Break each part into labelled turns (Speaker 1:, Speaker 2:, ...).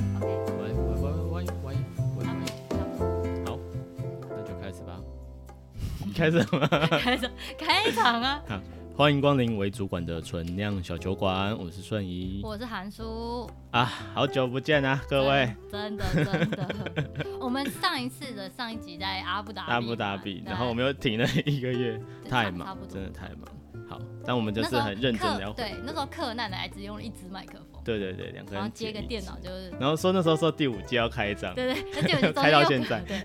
Speaker 1: 开始吗？
Speaker 2: 开场开场啊！
Speaker 1: 欢迎光临为主管的纯酿小酒馆，我是顺仪
Speaker 2: 我是韩叔，
Speaker 1: 啊，好久不见啊，各位。
Speaker 2: 真的真的， 我们上一次的上一集在阿布达比嘛
Speaker 1: 阿布达比，
Speaker 2: 对
Speaker 1: 然后我们又停了一个月，
Speaker 2: 对 差
Speaker 1: 太忙
Speaker 2: 不，多
Speaker 1: 真的太忙。好，但我们就是很认真的
Speaker 2: 那时
Speaker 1: 要
Speaker 2: 候克
Speaker 1: 回，
Speaker 2: 对，那时候克难的还只用了一支麦克风，
Speaker 1: 对对对，两个
Speaker 2: 然后
Speaker 1: 人
Speaker 2: 接个
Speaker 1: 一起
Speaker 2: 电脑，就是，
Speaker 1: 然后说那时候说第五季要开张，
Speaker 2: 对对， 而且我就中间
Speaker 1: 开到
Speaker 2: 又
Speaker 1: 现在
Speaker 2: 对，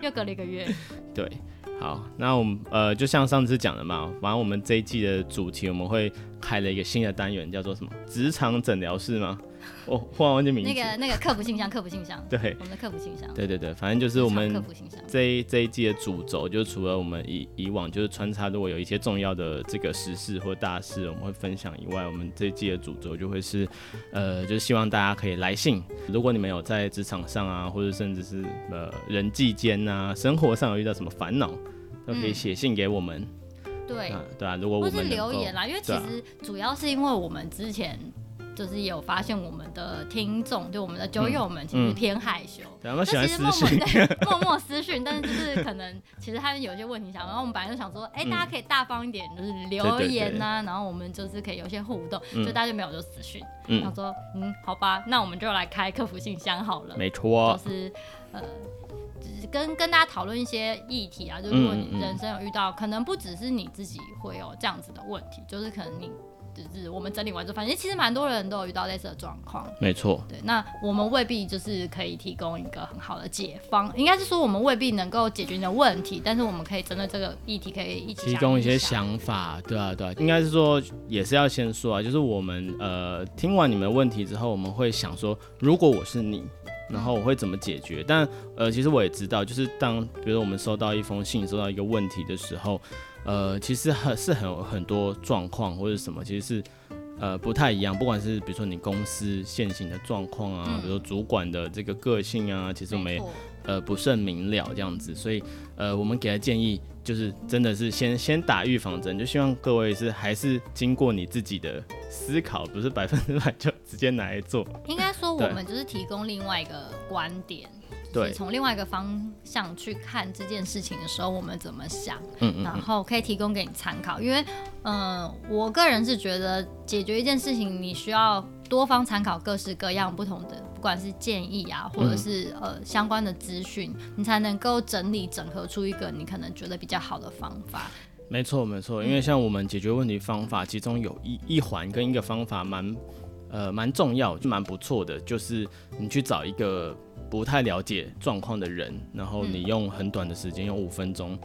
Speaker 2: 又隔了一个 月，
Speaker 1: 对，好，那我们呃，就像上次讲的嘛，反正我们这一季的主题我们会开了一个新的单元，叫做什么？职场诊疗室吗？我、忽然忘记名字。
Speaker 2: 那个那个客服信箱，客服信箱，
Speaker 1: 对
Speaker 2: 我们的客服信箱，
Speaker 1: 对对对，反正就是我
Speaker 2: 客
Speaker 1: 们
Speaker 2: 服信箱，
Speaker 1: 这一这一季的主轴，就是除了我们以以往就是穿插，如果有一些重要的这个时事或大事，我们会分享以外，我们这一季的主轴就会是，呃，就是希望大家可以来信，如果你们有在职场上啊，或者甚至是呃人际间啊，生活上有遇到什么烦恼，都可以
Speaker 2: 嗯
Speaker 1: 写信给我们。
Speaker 2: 对，
Speaker 1: 啊，对啊，如果我
Speaker 2: 或
Speaker 1: 们
Speaker 2: 是
Speaker 1: 能
Speaker 2: 留
Speaker 1: 够
Speaker 2: 言啦，因为其
Speaker 1: 对啊
Speaker 2: 实主要是因为我们之前就是有发现我们的听众，就我们的酒友们其实偏害羞。
Speaker 1: 嗯对啊，他们喜
Speaker 2: 就
Speaker 1: 欢
Speaker 2: 其实
Speaker 1: 私
Speaker 2: 默默
Speaker 1: 信，
Speaker 2: 对 默默私讯，但是就是可能其实他们有些问题想，然后我们本来就想说，哎、
Speaker 1: 嗯
Speaker 2: 大家可以大方一点，就是
Speaker 1: 对
Speaker 2: 留
Speaker 1: 对
Speaker 2: 言呐、然后我们就是可以有一些互动，
Speaker 1: 嗯
Speaker 2: 就大家就没有就私讯，
Speaker 1: 嗯
Speaker 2: 想，说，嗯，好吧，那我们就来开客服信箱好了。
Speaker 1: 没错
Speaker 2: 就，是呃，就是跟跟大家讨论一些议题啊，就是如果
Speaker 1: 嗯嗯
Speaker 2: 你人生有遇到，可能不只是你自己会有这样子的问题，就是可能你就是我们整理完之后，发现其实蛮多人都有遇到类似的状况。
Speaker 1: 没错，
Speaker 2: 对，那我们未必就是可以提供一个很好的解方，应该是说我们未必能够解决你的问题，但是我们可以针对这个议题可以一起
Speaker 1: 提
Speaker 2: 想
Speaker 1: 供一些
Speaker 2: 想。
Speaker 1: 想法，对啊，对啊，应该是说也是要先说啊，就是我们呃听完你们的问题之后，我们会想说，如果我是你，然后我会怎么解决？但呃，其实我也知道，就是当比如我们收到一封信，收到一个问题的时候，呃，其实很是很有很多状况或者什么，其实是。呃，不太一样，不管是比如说你公司现行的状况啊，
Speaker 2: 嗯
Speaker 1: 比如说主管的这个个性啊，其实我们
Speaker 2: 没
Speaker 1: 也
Speaker 2: 错，
Speaker 1: 呃不甚明了这样子，所以呃我们给的建议就是真的是先先打预防针，就希望各位是还是经过你自己的思考，不是百分之百就直接拿来做。
Speaker 2: 应该说我
Speaker 1: 对
Speaker 2: 们就是提供另外一个观点，就是
Speaker 1: 对，
Speaker 2: 从另外一个方向去看这件事情的时候，我们怎么想，
Speaker 1: 嗯嗯
Speaker 2: 然
Speaker 1: 嗯，
Speaker 2: 后可以提供给你参考。因为，嗯，我个人是觉得解决一件事情，你需要多方参考各式各样不同的，不管是建议啊，或者
Speaker 1: 嗯
Speaker 2: 是、呃相关的资讯，你才能够整理整合出一个你可能觉得比较好的方法。
Speaker 1: 没错没错，因为像我们解决问题方法，其中有一一环跟一个方法蛮呃蛮重要，就蛮不错的，就是你去找一个不太了解状况的人，然后你用很短的时间，用五分钟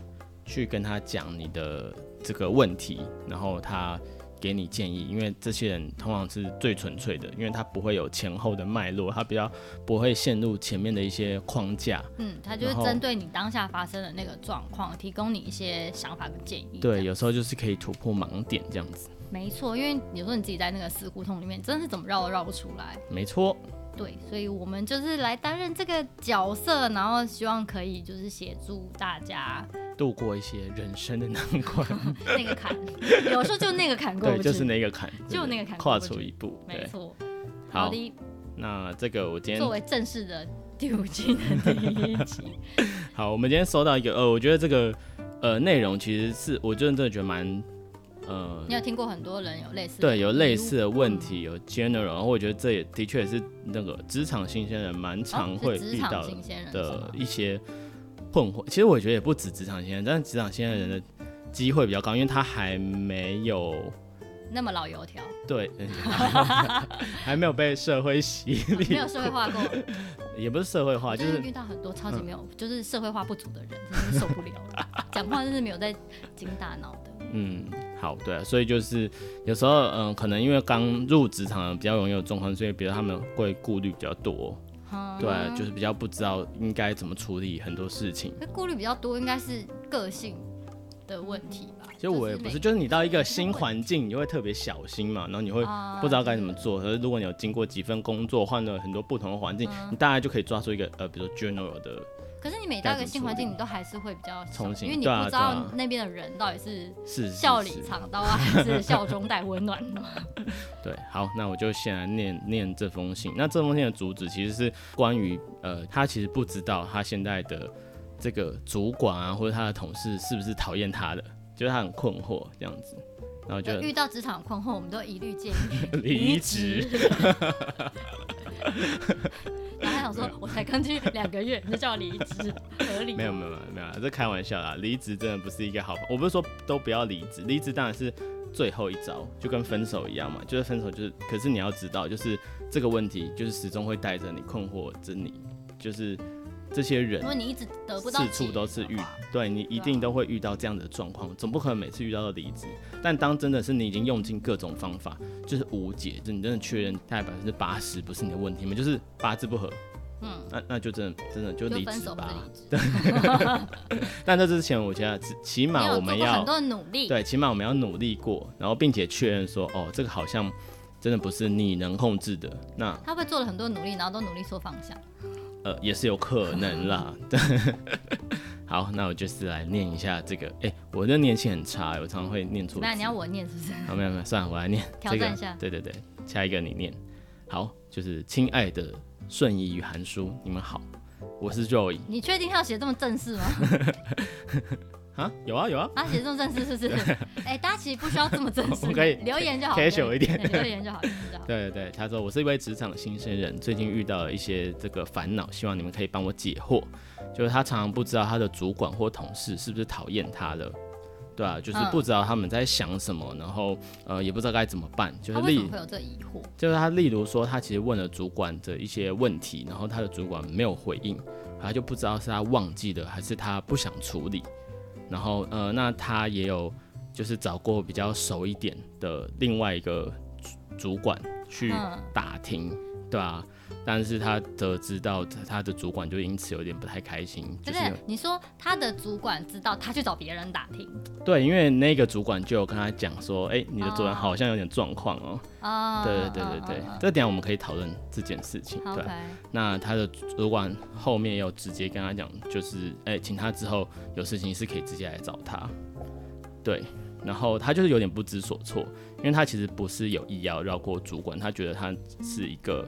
Speaker 1: 去跟他讲你的这个问题，然后他给你建议，因为这些人通常是最纯粹的，因为他不会有前后的脉络，他比较不会陷入前面的一些框架，
Speaker 2: 嗯，它就是
Speaker 1: 然后
Speaker 2: 针对你当下发生的那个状况，提供你一些想法跟建议。这
Speaker 1: 对，
Speaker 2: 样
Speaker 1: 有时候就是可以突破盲点这样子，
Speaker 2: 没错，因为有时候你自己在那个死胡同里面，真的是怎么绕都绕不出来。
Speaker 1: 没错。
Speaker 2: 对，所以我们就是来担任这个角色，然后希望可以就是协助大家
Speaker 1: 度过一些人生的难关，
Speaker 2: 那个坎， 有时候就那个坎过
Speaker 1: 对，
Speaker 2: 不去，
Speaker 1: 就是那个坎，
Speaker 2: 就
Speaker 1: 对
Speaker 2: 那个坎过
Speaker 1: 跨
Speaker 2: 不
Speaker 1: 出
Speaker 2: 去
Speaker 1: 一步，
Speaker 2: 没
Speaker 1: 对。
Speaker 2: 错。
Speaker 1: 好
Speaker 2: 好的，
Speaker 1: 那这个我今
Speaker 2: 作
Speaker 1: 天
Speaker 2: 为正式的第五 季的第一集，
Speaker 1: 好，我们今天收到一个呃，我觉得这个呃内容其实是我真的真的觉得蛮呃
Speaker 2: 你有听过很多人有类似的嗯
Speaker 1: 对有类
Speaker 2: 疑
Speaker 1: 似的问题，有 general，然后我觉得这也的确是那个职场新鲜人蛮
Speaker 2: 问
Speaker 1: 常
Speaker 2: 哦
Speaker 1: 会
Speaker 2: 是职
Speaker 1: 遇
Speaker 2: 场
Speaker 1: 到
Speaker 2: 新鲜人是
Speaker 1: 的
Speaker 2: 吗
Speaker 1: 一些困惑。其实我觉得也不止职场新鲜人，但是职场新鲜人的机会比较高，因为他还没有
Speaker 2: 那么老油条，
Speaker 1: 对， 嗯还没有被社会洗礼，
Speaker 2: 没有社会化 过，
Speaker 1: 也不是社会啊化，就
Speaker 2: 真的
Speaker 1: 是嗯
Speaker 2: 遇到很多超级没有，就是社会化不足的人， 真的是受不了了，讲话真是没有在经大脑的。
Speaker 1: 嗯，好，对、啊，所以就是有时候，嗯、可能因为刚入职场比较容易有状况，所以比如他们会顾虑比较多，
Speaker 2: 嗯
Speaker 1: 对啊、就是比较不知道应该怎么处理很多事情。
Speaker 2: 那顾虑比较多，应该是个性的问题吧。
Speaker 1: 其实我也不是，
Speaker 2: 每
Speaker 1: 就是你到一个新环境，你会特别小心嘛，然后你会
Speaker 2: 啊
Speaker 1: 不知道该怎么做。可是如果你有经过几份工作，换了很多不同的环境，
Speaker 2: 嗯
Speaker 1: 你大概就可以抓住一个呃，比如说 general 的，
Speaker 2: 可是你每到一个新环境，你都还是会比较小
Speaker 1: 重新
Speaker 2: 因为你
Speaker 1: 对啊
Speaker 2: 不知
Speaker 1: 对
Speaker 2: 道
Speaker 1: 啊
Speaker 2: 那边的人到底是
Speaker 1: 是是
Speaker 2: 笑
Speaker 1: 是
Speaker 2: 里藏刀啊，还是笑中带温暖 呢？
Speaker 1: 对，好，那我就先来念念这封信。那这封信的主旨其实是关于呃，他其实不知道他现在的这个主管啊或者他的同事是不是讨厌他的，就是他很困惑这样子，然后就
Speaker 2: 遇到职场困惑，我们都一律建议
Speaker 1: 离职。
Speaker 2: 然后他想说，我才刚去两个月，你就叫我离职，合理吗？
Speaker 1: 没有没有没有没有，这开玩笑啦。离职真的不是一个好方，我不是说都不要离职，离职当然是最后一招，就跟分手一样嘛。就是分手就是，可是你要知道，就是这个问题就是始终会带着你困惑着你，就是这些人
Speaker 2: 如果你一直得不到
Speaker 1: 四
Speaker 2: 解
Speaker 1: 处都是
Speaker 2: 的
Speaker 1: 遇
Speaker 2: 话，
Speaker 1: 对你一定都会遇到这样的状况，总不可能每次遇到都离职。但当真的是你已经用尽各种方法，就是无解，就你真的确认大概百分之八十不是你的问题，你们就是八字不合，嗯，那那就真的真的就
Speaker 2: 就
Speaker 1: 离
Speaker 2: 分
Speaker 1: 职
Speaker 2: 手或
Speaker 1: 吧
Speaker 2: 者。离职。
Speaker 1: 但在这之前，我觉得起起
Speaker 2: 没
Speaker 1: 码
Speaker 2: 有
Speaker 1: 我
Speaker 2: 做
Speaker 1: 们
Speaker 2: 过
Speaker 1: 要
Speaker 2: 很多的努力，
Speaker 1: 对，起码我们要努力过，然后并且确认说，哦，这个好像真的不是你能控制的，那
Speaker 2: 他会做了很多努力，然后都努力错方向。
Speaker 1: 呃也是有可能啦。 好，那我就是来念一下这个，哎、我的念性很差，我常常会念
Speaker 2: 怎
Speaker 1: 错字
Speaker 2: 么。样？你要我念是不是？
Speaker 1: 好，没有没有，算了，我来念。
Speaker 2: 挑
Speaker 1: 这个
Speaker 2: 战一下
Speaker 1: 对对对，下一个你念。好，就是亲爱的顺义与韩叔，你们好，我是 Joy
Speaker 2: 你确定他要写这么正式吗？
Speaker 1: 啊，有啊有啊，
Speaker 2: 他写这么正式是不是？ 哎，大家其实不需要这么正式，
Speaker 1: 我可以
Speaker 2: 留言就好，
Speaker 1: casual 一点
Speaker 2: 对留言就好，留言就好。
Speaker 1: 对对对，他说我是一位职场新鲜人，最近遇到了一些这个烦恼，希望你们可以帮我解惑。就是他常常不知道他的主管或同事是不是讨厌他了，对啊，就是
Speaker 2: 嗯
Speaker 1: 不知道他们在想什么，然后呃也不知道该怎么办。 就
Speaker 2: 他
Speaker 1: 是
Speaker 2: 为
Speaker 1: 例
Speaker 2: 什么会有这疑惑？
Speaker 1: 就是他例如说他其实问了主管的一些问题，然后他的主管没有回应，他就不知道是他忘记了还是他不想处理。然后呃，那他也有就是找过比较熟一点的另外一个主主管去
Speaker 2: 嗯
Speaker 1: 打听，对啊，但是他得知到他的主管就因此有点不太开心，
Speaker 2: 对
Speaker 1: 就
Speaker 2: 不
Speaker 1: 是
Speaker 2: 对？你说他的主管知道，他去找别人打听
Speaker 1: 对，因为那个主管就有跟他讲说，哎、你的主管好像有点状况哦。
Speaker 2: 啊？
Speaker 1: 对对对对对，这点我们可以讨论这件事情，
Speaker 2: 好
Speaker 1: 对啊。
Speaker 2: ，OK，
Speaker 1: 那他的主管后面也有直接跟他讲，就是哎、请他之后有事情是可以直接来找他。对，然后他就是有点不知所措，因为他其实不是有意要绕过主管，他觉得他是一个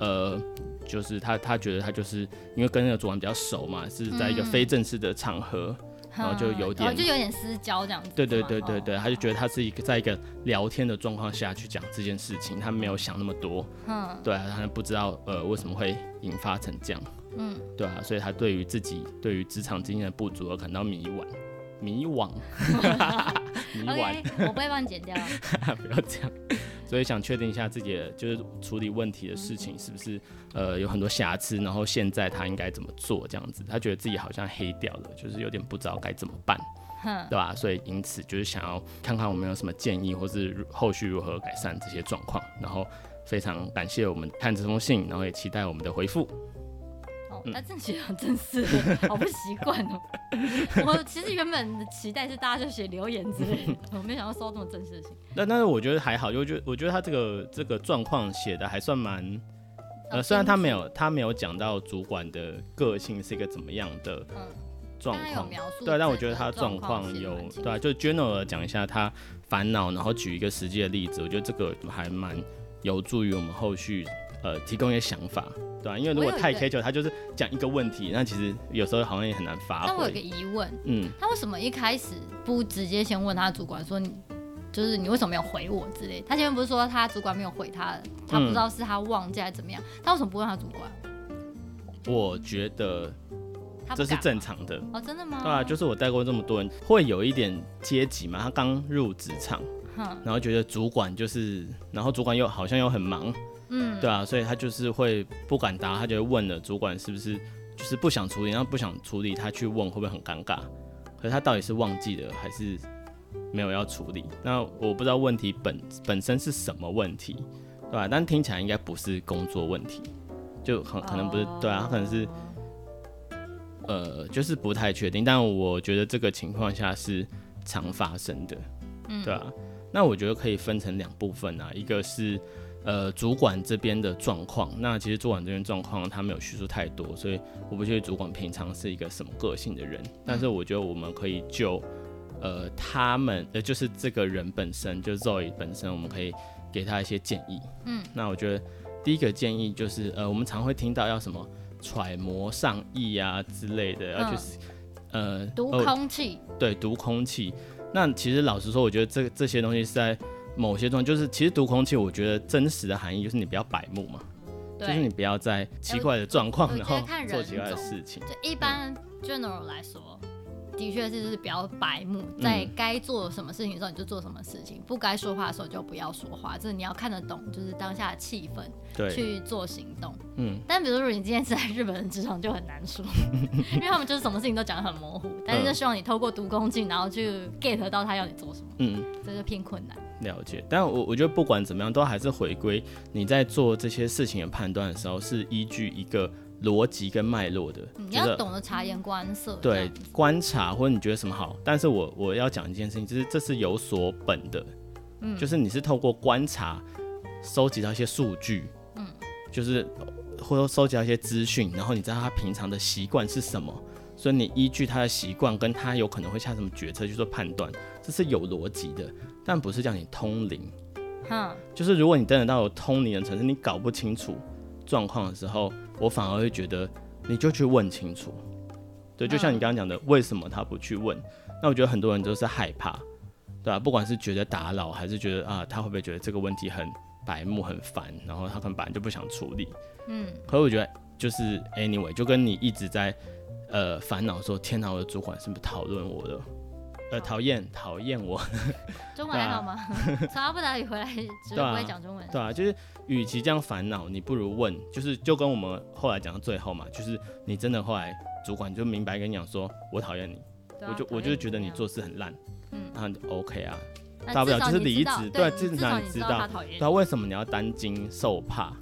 Speaker 1: 呃，就是他他觉得他就是因为跟那个主管比较熟嘛，是在一个非正式的场合，然后就有
Speaker 2: 嗯
Speaker 1: 点
Speaker 2: 哦就有点私交这样子。
Speaker 1: 对对
Speaker 2: 是吗
Speaker 1: 对对
Speaker 2: 哦
Speaker 1: 对，他就觉得他是一个在一个聊天的状况下去讲这件事情，他没有想那么多。嗯，对啊，他不知道呃为什么会引发成这样。嗯，对啊，所以他对于自己对于职场经验的不足而感到迷惘，迷惘， 迷惘
Speaker 2: OK，我不会帮你剪掉。
Speaker 1: 不要这样。所以想确定一下自己的就是处理问题的事情是不是呃有很多瑕疵，然后现在他应该怎么做这样子，他觉得自己好像黑掉了，就是有点不知道该怎么办。
Speaker 2: 哼，
Speaker 1: 对吧、所以因此就是想要看看我们有什么建议，或是如后续如何改善这些状况。然后非常感谢我们看这封信，然后也期待我们的回复。
Speaker 2: 哦，
Speaker 1: 嗯
Speaker 2: 那这写得很正式，好不习惯哦。我其实原本的期待是大家就写留言之类的，我没想到收这么正式的信。
Speaker 1: 那但是我觉得还好，就觉我觉得他这个这个状况写的还算蛮，
Speaker 2: 哦
Speaker 1: 呃，虽然他没有他没有讲到主管的个性是一个怎么样的
Speaker 2: 嗯
Speaker 1: 状
Speaker 2: 当然有
Speaker 1: 况，
Speaker 2: 描述
Speaker 1: 对，啊但我
Speaker 2: 这
Speaker 1: 觉得
Speaker 2: 个
Speaker 1: 他
Speaker 2: 状
Speaker 1: 状
Speaker 2: 况
Speaker 1: 况
Speaker 2: 写得
Speaker 1: 有
Speaker 2: 蛮清
Speaker 1: 对啊，就 general 讲一下他烦恼，然后举一个实际的例子，我觉得这个还蛮有助于我们后续呃提供一些想法，对啊，因为如
Speaker 2: 我
Speaker 1: 果
Speaker 2: 有一
Speaker 1: 太
Speaker 2: 个
Speaker 1: K 九，他就是讲一个问题，那其实有时候好像也很难发
Speaker 2: 但我有个
Speaker 1: 挥。
Speaker 2: 疑问，
Speaker 1: 嗯，
Speaker 2: 他为什么一开始不直接先问他主管说你？就是你为什么没有回我之类的？他前面不是说他主管没有回他，他
Speaker 1: 嗯
Speaker 2: 不知道是他忘记还是怎么样？他为什么不问他主管？
Speaker 1: 我觉得
Speaker 2: 他不
Speaker 1: 这是
Speaker 2: 敢
Speaker 1: 正
Speaker 2: 吗
Speaker 1: 常的，
Speaker 2: 哦，真的吗？
Speaker 1: 对啊，就是我带过这么多人，会有一点阶级嘛。他刚入职场，然后觉得主管就是，然后主管又好像又很忙，嗯，对啊，所以他就是会不敢答，他就会问了主管是不是就是不想处理，然后不想处理，他去问会不会很尴尬？可是他到底是忘记了还是没有要处理？那我不知道问题本本身是什么问题，对吧、但听起来应该不是工作问题，就很可能不是，对啊，他可能是。呃，就是不太确定，但我觉得这个情况下是常发生的，对啊。那我觉得可以分成两部分啊，一个是呃主管这边的状况，那其实主管这边状况他没有叙述太多，所以我不确定主管平常是一个什么个性的人，但是我觉得我们可以就呃他们呃就是这个人本身，就是 Zoe 本身，我们可以给他一些建议。嗯，那我觉得第一个建议就是呃我们常会听到要什么揣摩上意啊之类的，要去
Speaker 2: 嗯
Speaker 1: 呃
Speaker 2: 读
Speaker 1: 哦
Speaker 2: 空气，
Speaker 1: 对，读空气。那其实老实说，我觉得这这些东西是在某些状，就是其实读空气，我觉得真实的含义就是你不要摆目嘛，就是你
Speaker 2: 对，哎
Speaker 1: 不要在奇怪的状况，
Speaker 2: 我我
Speaker 1: 然
Speaker 2: 觉
Speaker 1: 后
Speaker 2: 得看
Speaker 1: 做
Speaker 2: 人
Speaker 1: 奇怪的
Speaker 2: 种
Speaker 1: 事情。
Speaker 2: 就一般 general 来说。的确是，就是比较白目，
Speaker 1: 嗯
Speaker 2: 在该做什么事情的时候你就做什么事情，不该说话的时候就不要说话。就是你要看得懂，就是当下的气氛，
Speaker 1: 对，
Speaker 2: 去做行动。
Speaker 1: 嗯，
Speaker 2: 但比如说，如果你今天是在日本的职场就很难说，因为他们就是什么事情都讲得很模糊，但是就希望你透过读空镜，然后去 get 到他要你做什么，
Speaker 1: 嗯，
Speaker 2: 这就偏困难。
Speaker 1: 了解。但我我觉得不管怎么样，都还是回归你在做这些事情的判断的时候，是依据一个逻辑跟脉络的。
Speaker 2: 嗯你
Speaker 1: 觉
Speaker 2: 要
Speaker 1: 得
Speaker 2: 懂得察言观色。这
Speaker 1: 对
Speaker 2: 样子，
Speaker 1: 观察或者你觉得什么好，但是我我要讲一件事情，就是这是有所本的，嗯，就是你是透过观察收集到一些数据，嗯，就是或者收集到一些资讯，然后你知道他平常的习惯是什么，所以你依据他的习惯跟他有可能会下什么决策去做判断，这是有逻辑的，但不是叫你通灵，
Speaker 2: 哼，
Speaker 1: 就是如果你真的到有通灵的层次，你搞不清楚状况的时候，我反而会觉得你就去问清楚。对，就像你刚刚讲的，为什么他不去问？那我觉得很多人都是害怕，对吧、不管是觉得打扰，还是觉得啊，他会不会觉得这个问题很白目、很烦，然后他可能本来就不想处理。嗯。可是我觉得就是 anyway，就跟你一直在呃烦恼说，天哪，我的主管是不是讨论我了？呃，讨厌，讨厌我，
Speaker 2: 中文还好吗？ 从阿布达比回来只是
Speaker 1: 对啊
Speaker 2: 不会讲中文。
Speaker 1: 啊对啊，就是与其这样烦恼，你不如问，就是就跟我们后来讲到最后嘛，就是你真的后来主管就明白跟你讲说，我讨厌你，
Speaker 2: 对啊
Speaker 1: 我就我就是觉得你，做事很烂，
Speaker 2: 嗯
Speaker 1: 然后你就 OK 啊，
Speaker 2: 讨厌
Speaker 1: 大不了
Speaker 2: 那至少
Speaker 1: 就是
Speaker 2: 你
Speaker 1: 离
Speaker 2: 知道
Speaker 1: 职
Speaker 2: 对，
Speaker 1: 对至
Speaker 2: 至
Speaker 1: 少
Speaker 2: 少
Speaker 1: 你
Speaker 2: 你
Speaker 1: 知
Speaker 2: 知道
Speaker 1: 道
Speaker 2: 他讨厌
Speaker 1: 对啊，为什么你要担惊受怕？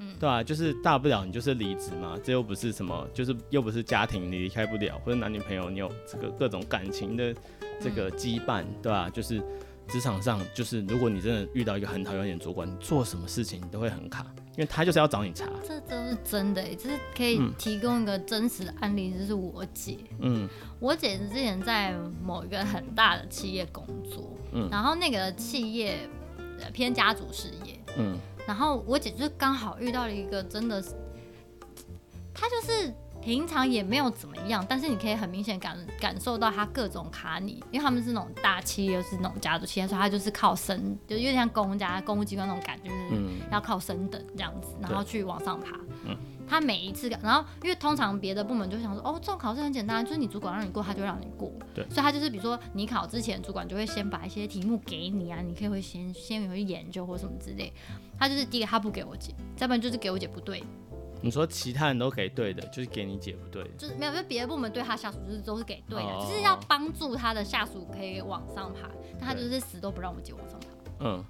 Speaker 2: 嗯
Speaker 1: 对啊，就是大不了你就是离职嘛，这又不是什么，就是又不是家庭你离开不了，或者男女朋友你有这个各种感情的这个
Speaker 2: 嗯
Speaker 1: 羁绊，对吧、啊就是职场上，就是如果你真的遇到一个很讨厌你的主管，你做什么事情你都会很卡，因为他就是要找你茬。
Speaker 2: 你。这真是真的欸，这是可以提供一个真实的案例，就是我姐，
Speaker 1: 嗯
Speaker 2: 我姐之前在某一个很大的企业工作，
Speaker 1: 嗯
Speaker 2: 然后那个企业呃偏家族事业，
Speaker 1: 嗯
Speaker 2: 然后我姐就刚好遇到了一个真的是，她就是平常也没有怎么样，但是你可以很明显感感受到她各种卡你，因为他们是那种大企业，又是那种家族企业，所以她就是靠升，就有点像公家公务机关那种感觉，就是
Speaker 1: 嗯
Speaker 2: 要靠升等这样子，然后去往上爬。她每一次，然后因为通常别的部门就想说，哦，这种考试很简单，就是你主管让你过，他就让你过。
Speaker 1: 对
Speaker 2: 所以他就是比如说你考之前，主管就会先把一些题目给你啊，你可以会先先回去研究或什么之类。他就是第一个他不给我解，再不然就是给我解不对，
Speaker 1: 你说其他人都给对的，就是给你姐不对的。
Speaker 2: 就是没有，就别的部门对他下属就是都是给对的，
Speaker 1: 哦
Speaker 2: 就是要帮助他的下属可以往上爬，但他就是死都不让我姐往上爬。
Speaker 1: 嗯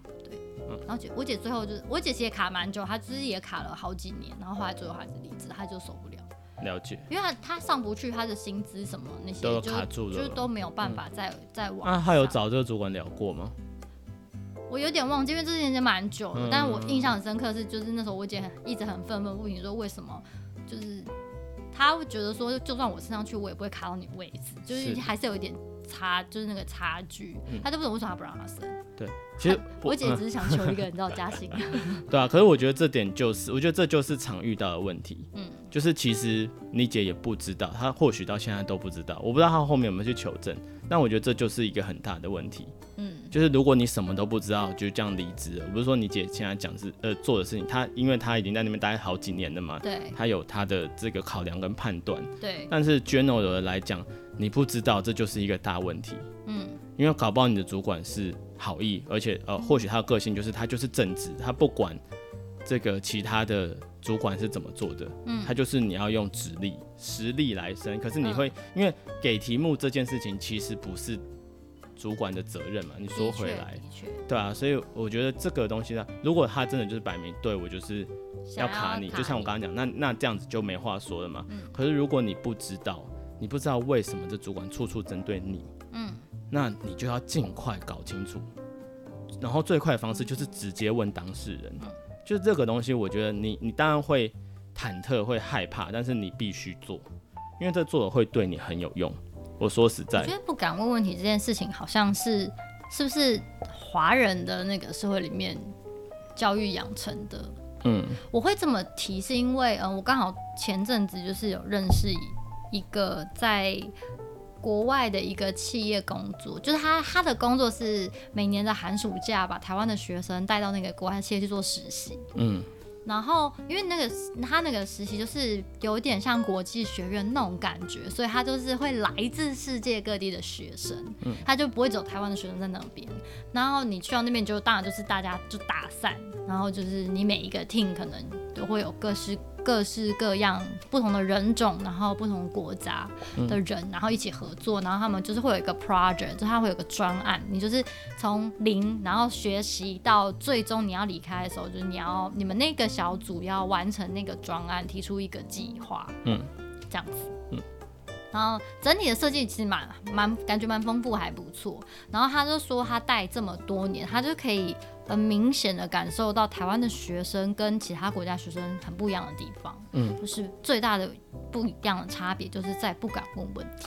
Speaker 2: 然后姐我姐最后就是我姐其实也卡蛮久，她就是也卡了好几年，然后后来最后还是离职，她就受不了，
Speaker 1: 了解。
Speaker 2: 因为她她上不去，她的薪资什么那些
Speaker 1: 都
Speaker 2: 就
Speaker 1: 卡住了
Speaker 2: 就是都没有办法再、再往
Speaker 1: 那、
Speaker 2: 上。
Speaker 1: 他有找这个主管聊过吗？
Speaker 2: 我有点忘记，因为这件事情蛮久了，
Speaker 1: 嗯
Speaker 2: 但我印象很深刻是，就是那时候我姐很一直很愤愤不平，说为什么就是她会觉得说，就算我升上去，我也不会卡到你位置，就是
Speaker 1: 是
Speaker 2: 还是有一点差，就是那个差距，
Speaker 1: 嗯
Speaker 2: 她就不懂为什么她不让她升。
Speaker 1: 其实
Speaker 2: 我姐
Speaker 1: 嗯
Speaker 2: 只是想求一个你知道加 薪，
Speaker 1: 对啊，可是我觉得这点就是，我觉得这就是常遇到的问题。嗯
Speaker 2: 嗯，
Speaker 1: 就是其实你姐也不知道，她或许到现在都不知道，我不知道她后面有没有去求证。但我觉得这就是一个很大的问题，
Speaker 2: 嗯，
Speaker 1: 就是如果你什么都不知道就这样离职了，我不是说你姐现在讲是呃做的事情，她因为她已经在那边待好几年了嘛，
Speaker 2: 对
Speaker 1: 她有她的这个考量跟判断。
Speaker 2: 对，
Speaker 1: 但是 general 的来讲，你不知道这就是一个大问题。
Speaker 2: 嗯，
Speaker 1: 因为搞不好你的主管是好意，而且呃，或许他的个性就是他就是正直，他不管这个其他的主管是怎么做的，嗯，他就是你要用指力、实力来升。可是你
Speaker 2: 嗯
Speaker 1: 会、因为给题目这件事情其实不是主管的责任嘛，你说
Speaker 2: 的
Speaker 1: 回
Speaker 2: 确
Speaker 1: 来
Speaker 2: 的，确，
Speaker 1: 对啊，所以我觉得这个东西呢，如果他真的就是摆明对我就是要
Speaker 2: 想
Speaker 1: 卡你，就像我刚刚讲，那那这样子就没话说了嘛。
Speaker 2: 嗯
Speaker 1: 可是如果你不知道，你不知道为什么这主管处处针对你，
Speaker 2: 嗯，
Speaker 1: 那你就要尽快搞清楚。然后最快的方式就是直接问当事人，
Speaker 2: 嗯
Speaker 1: 就是这个东西，我觉得你你当然会忐忑会害怕，但是你必须做，因为这做了会对你很有用。我说实
Speaker 2: 我
Speaker 1: 在
Speaker 2: 觉，得不敢问问题这件事情，好像是是不是华人的那个社会里面教育养成的？
Speaker 1: 嗯
Speaker 2: 我会这么提，是因为嗯、呃我刚好前阵子就是有认识一个在国外的一个企业工作，就是他他的工作是每年的寒暑假把台湾的学生带到那个国外企业去做实习。
Speaker 1: 嗯，
Speaker 2: 然后，因为那个他那个实习就是有点像国际学院那种感觉，所以他就是会来自世界各地的学生，他就不会走台湾的学生在那边。然后你去到那边就当然就是大家就打散，然后就是你每一个 team 可能都会有各式各式各样不同的人种，然后不同国家的人，然后一起合作，然后他们就是会有一个 project，就他会有个专案，你就是从零，然后学习到最终你要离开的时候，就是你要你们那个小组要完成那个专案，提出一个计划，
Speaker 1: 嗯，
Speaker 2: 这样子，嗯。然后整体的设计其实蛮蛮感觉蛮丰富，还不错。然后他就说他带这么多年，他就可以很明显的感受到台湾的学生跟其他国家学生很不一样的地方，
Speaker 1: 嗯，
Speaker 2: 就是最大的不一样的差别就是在不敢问问题。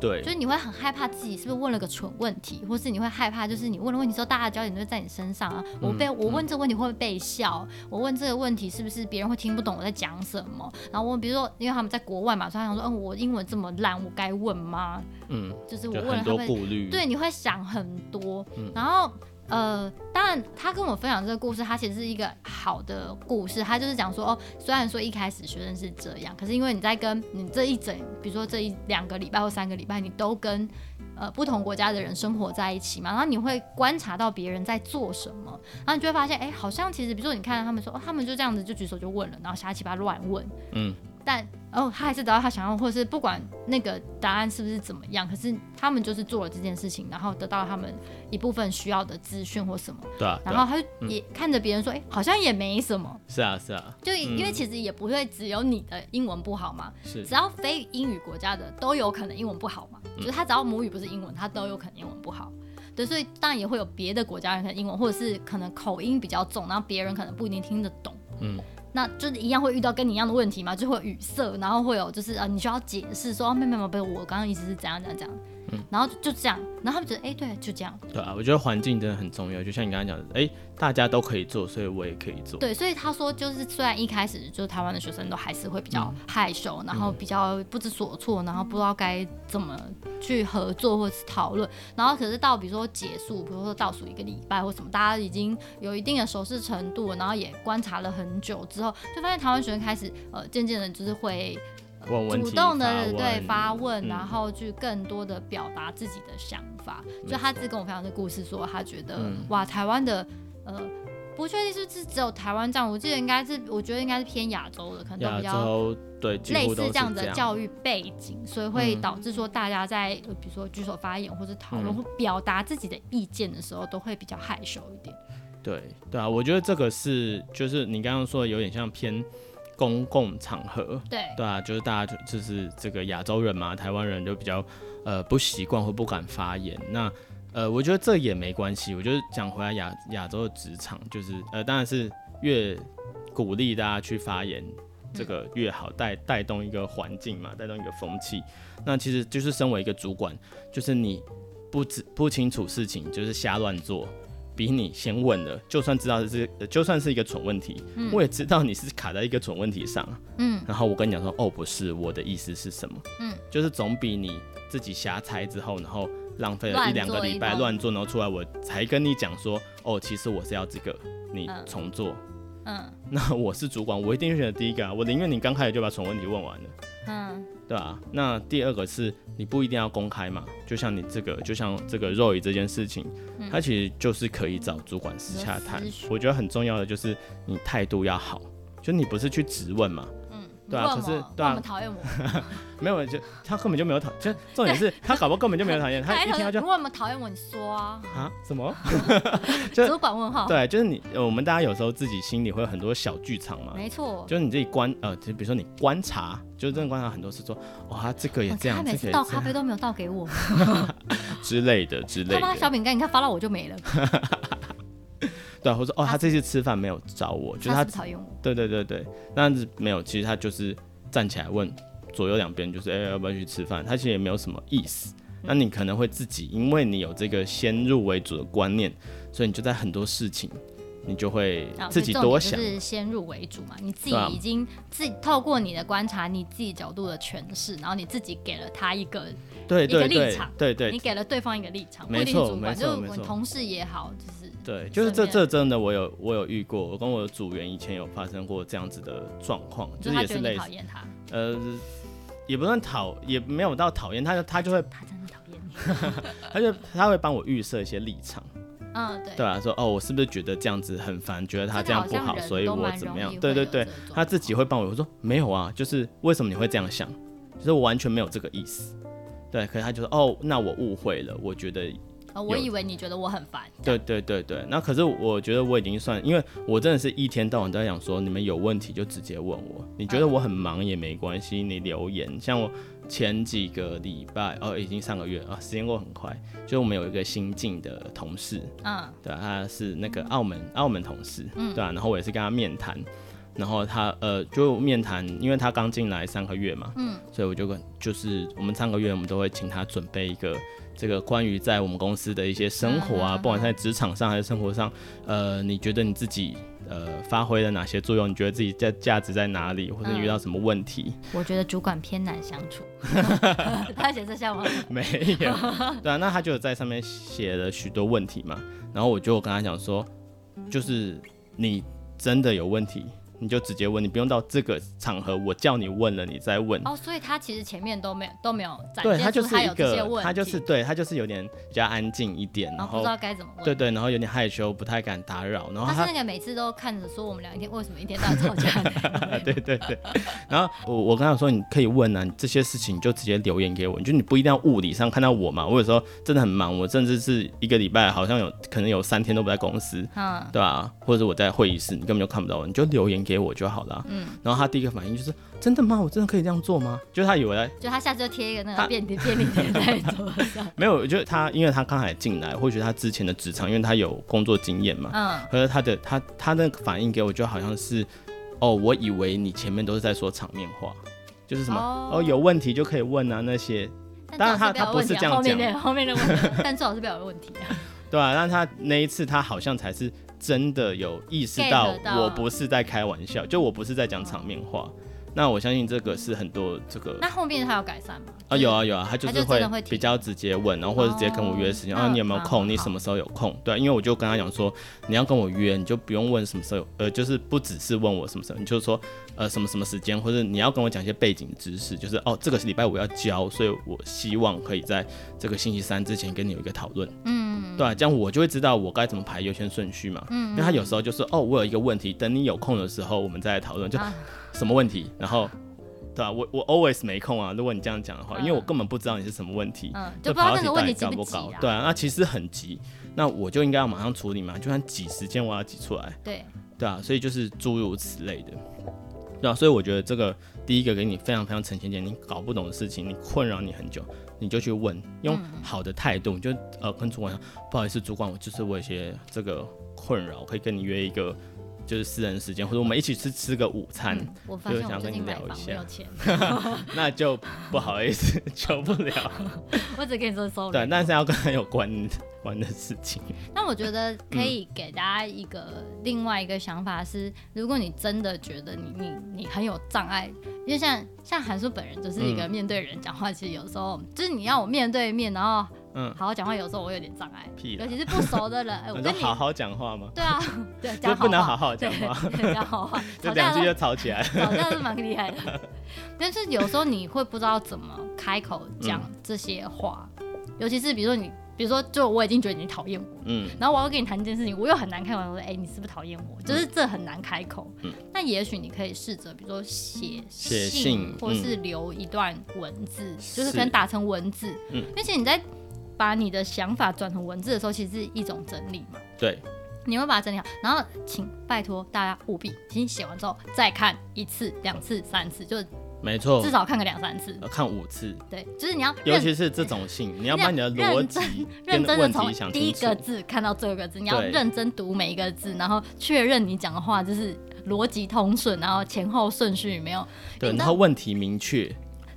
Speaker 1: 对
Speaker 2: 就是你会很害怕自己是不是问了个蠢问题，或是你会害怕，就是你问了问题之后，大家的焦点都会在你身上啊。我
Speaker 1: 嗯
Speaker 2: 被我问这个问题会不会被笑？我问这个问题是不是别人会听不懂我在讲什么？然后我比如说，因为他们在国外嘛，所以他想说，嗯，我英文这么烂，我该问吗？
Speaker 1: 嗯，
Speaker 2: 就是我
Speaker 1: 就
Speaker 2: 问了
Speaker 1: 很
Speaker 2: 他
Speaker 1: 多
Speaker 2: 会
Speaker 1: 顾虑，
Speaker 2: 对，你会想很多。然后呃，当然他跟我分享这个故事，他其实是一个好的故事。他就是讲说，哦，虽然说一开始学生是这样，可是因为你在跟你这一整，比如说这一两个礼拜或三个礼拜，你都跟呃不同国家的人生活在一起嘛，然后你会观察到别人在做什么，然后你就会发现，哎，好像其实比如说你看他们说，哦，他们就这样子就举手就问了，然后瞎七八乱问，
Speaker 1: 嗯，
Speaker 2: 但哦，他还是得到他想要，或者是不管那个答案是不是怎么样，可是他们就是做了这件事情，然后得到他们一部分需要的资讯或什么，
Speaker 1: 对啊，对
Speaker 2: 然后
Speaker 1: 啊，
Speaker 2: 他就也看着别人说，哎、好像也没什么，
Speaker 1: 是啊是啊，
Speaker 2: 就因为其实也不会只有你的英文不好嘛，
Speaker 1: 是嗯
Speaker 2: 只要非英语国家的都有可能英文不好嘛，就是他只要母语不是英文，他都有可能英文不好。对，所以当然也会有别的国家人可能英文，或者是可能口音比较重，然后别人可能不一定听得懂。
Speaker 1: 嗯，
Speaker 2: 那就是一样会遇到跟你一样的问题嘛，就会有语塞，然后会有就是呃，你需要解释说，哦，没有没有没有，我刚刚意思是怎样怎样怎样，
Speaker 1: 嗯
Speaker 2: 然后就就这样，然后他们觉得，哎、对，就这样，
Speaker 1: 对啊，我觉得环境真的很重要，就像你刚刚讲的，哎、大家都可以做，所以我也可以做，
Speaker 2: 对，所以他说，就是虽然一开始就是台湾的学生都还是会比较害羞，然后比较不知所措，然后不知道该怎么去合作或是讨论，然后可是到比如说结束，比如说倒数一个礼拜或什么，大家已经有一定的熟识程度，然后也观察了很久之后，就发现台湾学生开始呃渐渐的就是会
Speaker 1: 问问
Speaker 2: 主
Speaker 1: 题，
Speaker 2: 动的
Speaker 1: 问
Speaker 2: 对发问，
Speaker 1: 嗯
Speaker 2: 然后去更多的表达自己的想法。就他自己跟我分享这故事说，他觉得、
Speaker 1: 嗯
Speaker 2: 哇，台湾的呃，不确定是不是只有台湾这样，我记得应该是，我觉得应该是偏亚洲的，可能都
Speaker 1: 亚
Speaker 2: 比较。
Speaker 1: 洲对，几
Speaker 2: 类
Speaker 1: 乎
Speaker 2: 似
Speaker 1: 都是
Speaker 2: 这样
Speaker 1: 这
Speaker 2: 的
Speaker 1: 样
Speaker 2: 教育背景，所以会
Speaker 1: 嗯
Speaker 2: 导致说大家在、呃比如说举手发言或者讨论
Speaker 1: 嗯
Speaker 2: 或表达自己的意见的时候，都会比较害羞一点。
Speaker 1: 对对啊，我觉得这个是就是你刚刚说的有点像偏公共场合，
Speaker 2: 对，
Speaker 1: 对啊，就是大家就就是这个亚洲人嘛，台湾人就比较呃不习惯或不敢发言。那呃，我觉得这也没关系。我就是讲回来亚亚洲的职场，就是呃，当然是越鼓励大家去发言，这个越好，带带动一个环境嘛，带动一个风气。那其实就是身为一个主管，就是你不知不清楚事情，就是瞎乱做。比你先问了，就算知道是，呃就算是一个蠢问题，我也知道你是卡在一个蠢问题上啊。
Speaker 2: 嗯，
Speaker 1: 然后我跟你讲说，哦，不是，我的意思是什么？
Speaker 2: 嗯，
Speaker 1: 就是总比你自己瞎猜之后，然后浪费了
Speaker 2: 乱
Speaker 1: 一两个
Speaker 2: 做一
Speaker 1: 礼拜
Speaker 2: 通
Speaker 1: 乱做，然后出来我才跟你讲说，哦，其实我是要这个，你
Speaker 2: 嗯
Speaker 1: 重做。
Speaker 2: 嗯
Speaker 1: 那我是主管，我一定选择第一个啊，我宁愿你刚开始就把蠢问题问完了。
Speaker 2: 嗯
Speaker 1: 对啊，那第二个是你不一定要公开嘛，就像你这个，就像这个肉 y 这件事情，它其实就是可以找主管私下谈
Speaker 2: 有嗯私。讯
Speaker 1: 我觉得很重要的就是你态度要好，就你不是去质问嘛，
Speaker 2: 嗯，
Speaker 1: 对啊
Speaker 2: 问
Speaker 1: 可是
Speaker 2: 我
Speaker 1: 对
Speaker 2: 问
Speaker 1: 啊
Speaker 2: 我们讨厌我，
Speaker 1: 没有就他根本就没有讨，就重 点是他搞不好根本就没有讨厌， 他
Speaker 2: 开
Speaker 1: 一听
Speaker 2: 头
Speaker 1: 他就
Speaker 2: 如果我们讨厌我，你说啊，
Speaker 1: 啊什么？对
Speaker 2: 主管问号，
Speaker 1: 对，就是你呃我们大家有时候自己心里会有很多小剧场嘛，
Speaker 2: 没错，
Speaker 1: 就是你自己观呃，就比如说你观察，就是真的观察很多次说，哇、他这个也
Speaker 2: 我
Speaker 1: 这样，
Speaker 2: 哦他
Speaker 1: 这
Speaker 2: 每
Speaker 1: 个
Speaker 2: 次
Speaker 1: 也
Speaker 2: 倒
Speaker 1: 这
Speaker 2: 咖
Speaker 1: 样
Speaker 2: 啡都没有倒给我，
Speaker 1: 之类的之类
Speaker 2: 他妈
Speaker 1: 的
Speaker 2: 小。饼干，你看发到我就没了，
Speaker 1: 对，或者说哦，
Speaker 2: 他
Speaker 1: 他这次吃饭没有找我，就是
Speaker 2: 他
Speaker 1: 他
Speaker 2: 是不是讨厌我，
Speaker 1: 对对对对，那样子没有，其实他就是站起来问左右两边，就是哎、要不要去吃饭？他其实也没有什么意思。那你可能会自己，因为你有这个先入为主的观念，所以你就在很多事情你就会
Speaker 2: 啊
Speaker 1: 自己多
Speaker 2: 所
Speaker 1: 想
Speaker 2: 以重。点就是先入为主嘛，你自己
Speaker 1: 对啊
Speaker 2: 已经、自己透过你的观察，你自己角度的诠释，然后你自己给了他一个，
Speaker 1: 对
Speaker 2: 一个
Speaker 1: 对
Speaker 2: 立
Speaker 1: 对
Speaker 2: 场
Speaker 1: 对
Speaker 2: 你
Speaker 1: 对
Speaker 2: 给了对方一个立场，不
Speaker 1: 没
Speaker 2: 一定是
Speaker 1: 错
Speaker 2: 主管，
Speaker 1: 没错
Speaker 2: 就是
Speaker 1: 没
Speaker 2: 我
Speaker 1: 错
Speaker 2: 同事也好，就是
Speaker 1: 对，就是这
Speaker 2: 顺便
Speaker 1: 这真的我有我有遇过，我跟我的组员以前有发生过这样子的状况，
Speaker 2: 就
Speaker 1: 就
Speaker 2: 是他
Speaker 1: 也
Speaker 2: 觉
Speaker 1: 是
Speaker 2: 得
Speaker 1: 类
Speaker 2: 你讨
Speaker 1: 似
Speaker 2: 厌他，
Speaker 1: 呃，也不算讨，也没有到讨厌，他就他就会
Speaker 2: 他真的讨厌 你，
Speaker 1: 他就他会帮我预设一些立场，
Speaker 2: 嗯，对，
Speaker 1: 对吧、说哦，我是不是觉得这样子很烦，觉得他这样不好，所以我怎么样？对对对，，他自己会帮我说没有啊，就是为什么你会这样想？就是我完全没有这个意思。对，可是他就说哦，那我误会了，我觉得
Speaker 2: 呃，我
Speaker 1: 有
Speaker 2: 以为你觉得我很烦，
Speaker 1: 对对对对，那可是我觉得我已经算，因为我真的是一天到晚都在想说，你们有问题就直接问我。你觉得我很忙也没关系，你留言。像我前几个礼拜，哦，已经上个月啊，时间过很快。就是我们有一个新进的同事，
Speaker 2: 嗯，
Speaker 1: 对、啊，他是那个澳门澳门同事，对啊，然后我也是跟他面谈，然后他呃就面谈，因为他刚进来三个月嘛，嗯，所以我就跟就是我们上个月我们都会请他准备一个这个关于在我们公司的一些生活啊，不管在职场上还是生活上，呃，你觉得你自己呃发挥了哪些作用？你觉得自己在价值在哪里，或者你遇到什么问题？
Speaker 2: 我觉得主管偏难相 处， 他写这项吗？
Speaker 1: 没 有，对啊，那他就在上面写了许多问题嘛，然后我就跟他讲说，就是你真的有问题，你就直接问，你不用到这个场合我叫你问了你再问。
Speaker 2: 哦，所以他其实前面都没有都没有展
Speaker 1: 对
Speaker 2: 现
Speaker 1: 就
Speaker 2: 出
Speaker 1: 是一
Speaker 2: 有这些
Speaker 1: 个
Speaker 2: 问，题，
Speaker 1: 他就是对他就是有点比较安静一点，
Speaker 2: 然
Speaker 1: 然
Speaker 2: 后不
Speaker 1: 后
Speaker 2: 知道该怎么问。
Speaker 1: 对对，然后有点害羞，不太敢打扰，然后
Speaker 2: 他
Speaker 1: 他
Speaker 2: 是那个每次都看着说我们俩一天为什么一天到晚吵架的人，
Speaker 1: 对对对，然后我我跟他说，你可以问啊，你这些事情你就直接留言给我，就你不一定要物理上看到我嘛。我有时候真的很忙，我甚至是一个礼拜好像有可能有三天都不在公司，
Speaker 2: 嗯，
Speaker 1: 对啊，或者我在会议室，你根本就看不到我，你就留言给我就好了。嗯，然后他第一个反应就是真的吗？我真的可以这样做吗？就是他以为在
Speaker 2: 就他下次就贴一个那个
Speaker 1: 他
Speaker 2: 便利便利贴在 桌上，
Speaker 1: 没有，就是他因为他刚才进来，或许他之前的职场，因为他有工作经验嘛，
Speaker 2: 嗯，
Speaker 1: 可是他的他他那个反应给我就好像是，哦，我以为你前面都是在说场面话，就是什么
Speaker 2: 哦
Speaker 1: 哦有问题就可以问啊那些，
Speaker 2: 但
Speaker 1: 当然
Speaker 2: 最好
Speaker 1: 他他
Speaker 2: 有
Speaker 1: 不
Speaker 2: 问
Speaker 1: 是
Speaker 2: 题啊
Speaker 1: 这样
Speaker 2: 后面
Speaker 1: 讲
Speaker 2: 的后面的问题，但最好是不要有问题啊。
Speaker 1: 对啊，但他那一次他好像才是真的有意识
Speaker 2: Get
Speaker 1: 到
Speaker 2: 到哦
Speaker 1: 我不是在开玩笑，就我不是在讲场面话。那我相信这个是很多这个
Speaker 2: 那后面他有改善吗？
Speaker 1: 啊，有啊有啊，他就
Speaker 2: 就是真的会
Speaker 1: 会
Speaker 2: 提
Speaker 1: 比较直接问，然后或者直接跟我约时间，
Speaker 2: 哦
Speaker 1: 啊，你有没有
Speaker 2: 嗯
Speaker 1: 空？
Speaker 2: 嗯
Speaker 1: 你
Speaker 2: 好
Speaker 1: 什么时候有空？对，因为我就跟他讲说，你要跟我约，你就不用问什么时候有，呃，就是不只是问我什么时候，你就说呃什么什么时间，或者你要跟我讲一些背景知识，就是哦这个礼拜我要交，所以我希望可以在这个星期三之前跟你有一个讨论。嗯，对啊，这样我就会知道我该怎么排优先顺序嘛。嗯，因为他有时候就说哦我有一个问题，等你有空的时候我们再来讨论，就
Speaker 2: 啊
Speaker 1: 什么问题，然后。对啊，我我 always 没空啊。如果你这样讲的话，因为我根本不知道你是什么问题，
Speaker 2: 嗯，就不知
Speaker 1: 跑
Speaker 2: 道那
Speaker 1: 到底
Speaker 2: 个
Speaker 1: 到
Speaker 2: 问题
Speaker 1: 底
Speaker 2: 急
Speaker 1: 高不
Speaker 2: 急
Speaker 1: 高
Speaker 2: 啊？？
Speaker 1: 对啊，那其实很急，那我就应该要马上处理嘛，就算挤时间我也要挤出来，
Speaker 2: 对，
Speaker 1: 对啊，所以就是诸如此类的，对啊，所以我觉得这个第一个给你非常非常呈现点，你搞不懂的事情，你困扰你很久，你就去问，用好的态度，你就呃跟主管说，不好意思，主管，我就是我有些这个困扰，可以跟你约一个就是私人时间，或者我们一起去吃个午餐，
Speaker 2: 嗯，我发现
Speaker 1: 就
Speaker 2: 我
Speaker 1: 想
Speaker 2: 最
Speaker 1: 跟
Speaker 2: 近
Speaker 1: 你
Speaker 2: 买
Speaker 1: 聊一
Speaker 2: 房
Speaker 1: 下
Speaker 2: 没有钱，
Speaker 1: 那就不好意思， 求不了。
Speaker 2: 我只跟你说 sorry。
Speaker 1: 对，啊但是要跟他有关关的事情。
Speaker 2: 那我觉得
Speaker 1: 嗯
Speaker 2: 可以给大家一个、另外一个想法是，如果你真的觉得你你你很有障碍，因为像像韩叔本人就是一个
Speaker 1: 嗯
Speaker 2: 面对人讲话，其实有时候就是你要我面对面，然后
Speaker 1: 嗯
Speaker 2: 好好讲话，有时候我有点障碍，
Speaker 1: 屁啦
Speaker 2: 尤其是不熟 的人，哎、我
Speaker 1: 你
Speaker 2: 跟
Speaker 1: 说
Speaker 2: 你
Speaker 1: 好好讲话吗？
Speaker 2: 对啊， 对，
Speaker 1: 就
Speaker 2: 讲好
Speaker 1: 不能好
Speaker 2: 话，
Speaker 1: 好
Speaker 2: 对
Speaker 1: 讲话，，
Speaker 2: 对讲好 话，
Speaker 1: 就
Speaker 2: 吵架
Speaker 1: 两句
Speaker 2: 的时
Speaker 1: 就吵起来。
Speaker 2: 候吵架是蛮厉害的，但是有时候你会不知道怎么开口讲
Speaker 1: 嗯
Speaker 2: 这些话，尤其是比如说你，比如说就我已经觉得你讨厌我。
Speaker 1: 嗯，
Speaker 2: 然后我要跟你谈一件事情，我又很难开口说，哎、你是不是讨厌我？就是这很难开口。
Speaker 1: 嗯
Speaker 2: 那也许你可以试着，比如说写
Speaker 1: 写
Speaker 2: 信
Speaker 1: 信，嗯
Speaker 2: 或是留一段文字，就是
Speaker 1: 是
Speaker 2: 可能打成文字。
Speaker 1: 嗯
Speaker 2: 而且你在把你的想法转成文字的时候，其实是一种整理嘛。
Speaker 1: 对，
Speaker 2: 你会把它整理好，然后请拜托大家务必，请写完之后再看一次、两次、三次，就
Speaker 1: 没错
Speaker 2: 至，少看个两三次。
Speaker 1: 呃看五次，
Speaker 2: 对，就是你要
Speaker 1: 尤
Speaker 2: 认
Speaker 1: 其是这种信，你要把你的逻辑跟
Speaker 2: 认真的
Speaker 1: 问题
Speaker 2: 从
Speaker 1: 想
Speaker 2: 第一
Speaker 1: 清楚。
Speaker 2: 个字看到最后一个字，你要
Speaker 1: 对
Speaker 2: 认真读每一个字，然后确认你讲的话就是逻辑通顺，然后前后顺序没有。
Speaker 1: 对，
Speaker 2: 你知
Speaker 1: 然
Speaker 2: 道
Speaker 1: 后问题明确，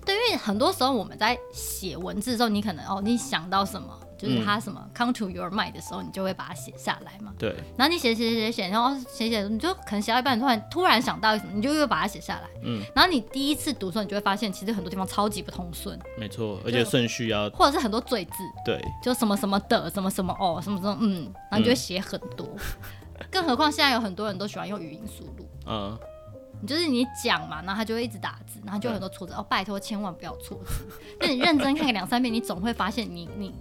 Speaker 2: 对，因为很多时候我们在写文字的时候，你可能哦，你想到什么，就是它什
Speaker 1: 嗯
Speaker 2: 么 come to your mind 的时候，你就会把它写下来嘛。
Speaker 1: 对，
Speaker 2: 然后你写写写写，然后写写，你就可能写到一半，你突然突然想到什么，你就又把它写下来。
Speaker 1: 嗯，
Speaker 2: 然后你第一次读的时候，你就会发现其实很多地方超级不通顺，
Speaker 1: 没错，而且顺序要
Speaker 2: 或者是很多罪字，
Speaker 1: 对，
Speaker 2: 就什么什么的，什么什么哦，什么什么嗯，然后你就会写很多。更何况现在有很多人都喜欢用语音输入，
Speaker 1: 嗯，
Speaker 2: 你就是你讲嘛，然后他就会一直打字，然后就有很多错字。哦，拜托千万不要错 字，但你认真看个两三遍，你总会发现你你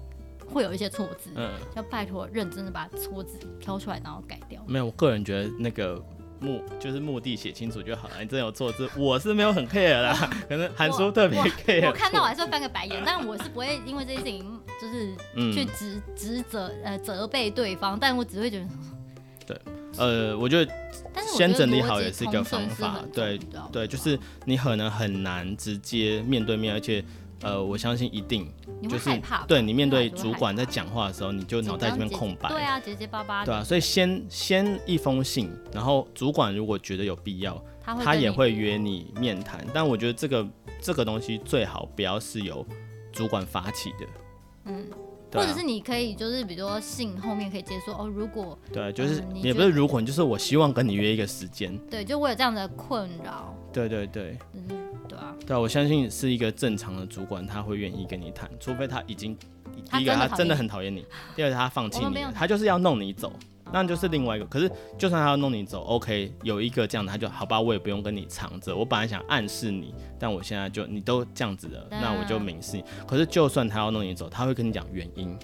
Speaker 2: 会有一些错字。
Speaker 1: 嗯，
Speaker 2: 要拜托认真的把错字挑出来，然后改掉。
Speaker 1: 没有，我个人觉得那个目就是目的写清楚就好了。你真的有错字，我是没有很 care 啦，可能韩叔特别
Speaker 2: 我
Speaker 1: care
Speaker 2: 我看到我还是会翻个白眼，但我是不会因为这件事情就是
Speaker 1: 嗯
Speaker 2: 去指、指责呃责备对方，但我只会觉得，
Speaker 1: 呃，我觉得
Speaker 2: 但是我觉
Speaker 1: 先
Speaker 2: 得
Speaker 1: 整理
Speaker 2: 逻
Speaker 1: 好
Speaker 2: 辑
Speaker 1: 也是一
Speaker 2: 通
Speaker 1: 个
Speaker 2: 顺
Speaker 1: 方
Speaker 2: 是
Speaker 1: 法
Speaker 2: 很
Speaker 1: 对
Speaker 2: 重要的
Speaker 1: 对，就是你可能很难直接面对面，而且呃，我相信一定
Speaker 2: 你
Speaker 1: 就
Speaker 2: 会
Speaker 1: 是
Speaker 2: 害怕吧，啊
Speaker 1: 对你面对
Speaker 2: 就会
Speaker 1: 主
Speaker 2: 害
Speaker 1: 管
Speaker 2: 怕
Speaker 1: 在讲话的时候，你就脑袋这边
Speaker 2: 紧张
Speaker 1: 空
Speaker 2: 结
Speaker 1: 白，
Speaker 2: 对啊，结结巴巴
Speaker 1: 对
Speaker 2: 的，
Speaker 1: 啊，所以先先一封信，然后主管如果觉得有必要，
Speaker 2: 他会
Speaker 1: 他
Speaker 2: 跟
Speaker 1: 也
Speaker 2: 你
Speaker 1: 会约你面谈。但我觉得这个这个东西最好不要是由主管发起的，
Speaker 2: 嗯，
Speaker 1: 对
Speaker 2: 或
Speaker 1: 啊、
Speaker 2: 者是你可以就是比如说信后面可以接说哦，如果
Speaker 1: 对，啊就是、
Speaker 2: 嗯你
Speaker 1: 也
Speaker 2: 觉
Speaker 1: 不是如果，就是我希望跟你约一个时间。
Speaker 2: 对，就我有这样的困扰，
Speaker 1: 对对对
Speaker 2: 嗯，对啊，
Speaker 1: 对啊，我相信是一个正常的主管，他会愿意跟你谈，除非他已经
Speaker 2: 他
Speaker 1: 第一个
Speaker 2: 真的
Speaker 1: 他
Speaker 2: 讨
Speaker 1: 真的
Speaker 2: 厌
Speaker 1: 很讨厌你，第二个他放弃
Speaker 2: 我们
Speaker 1: 你
Speaker 2: 没有
Speaker 1: 了，他就是要弄你走。那就是另外一个，可是就算他要弄你走，OK，有一个这样的，他就好吧，我也不用跟你藏着。我本来想暗示你，但我现在就你都这样子了，
Speaker 2: 嗯
Speaker 1: 那我就明示你。可是就算他要弄你走，他会跟你讲原因，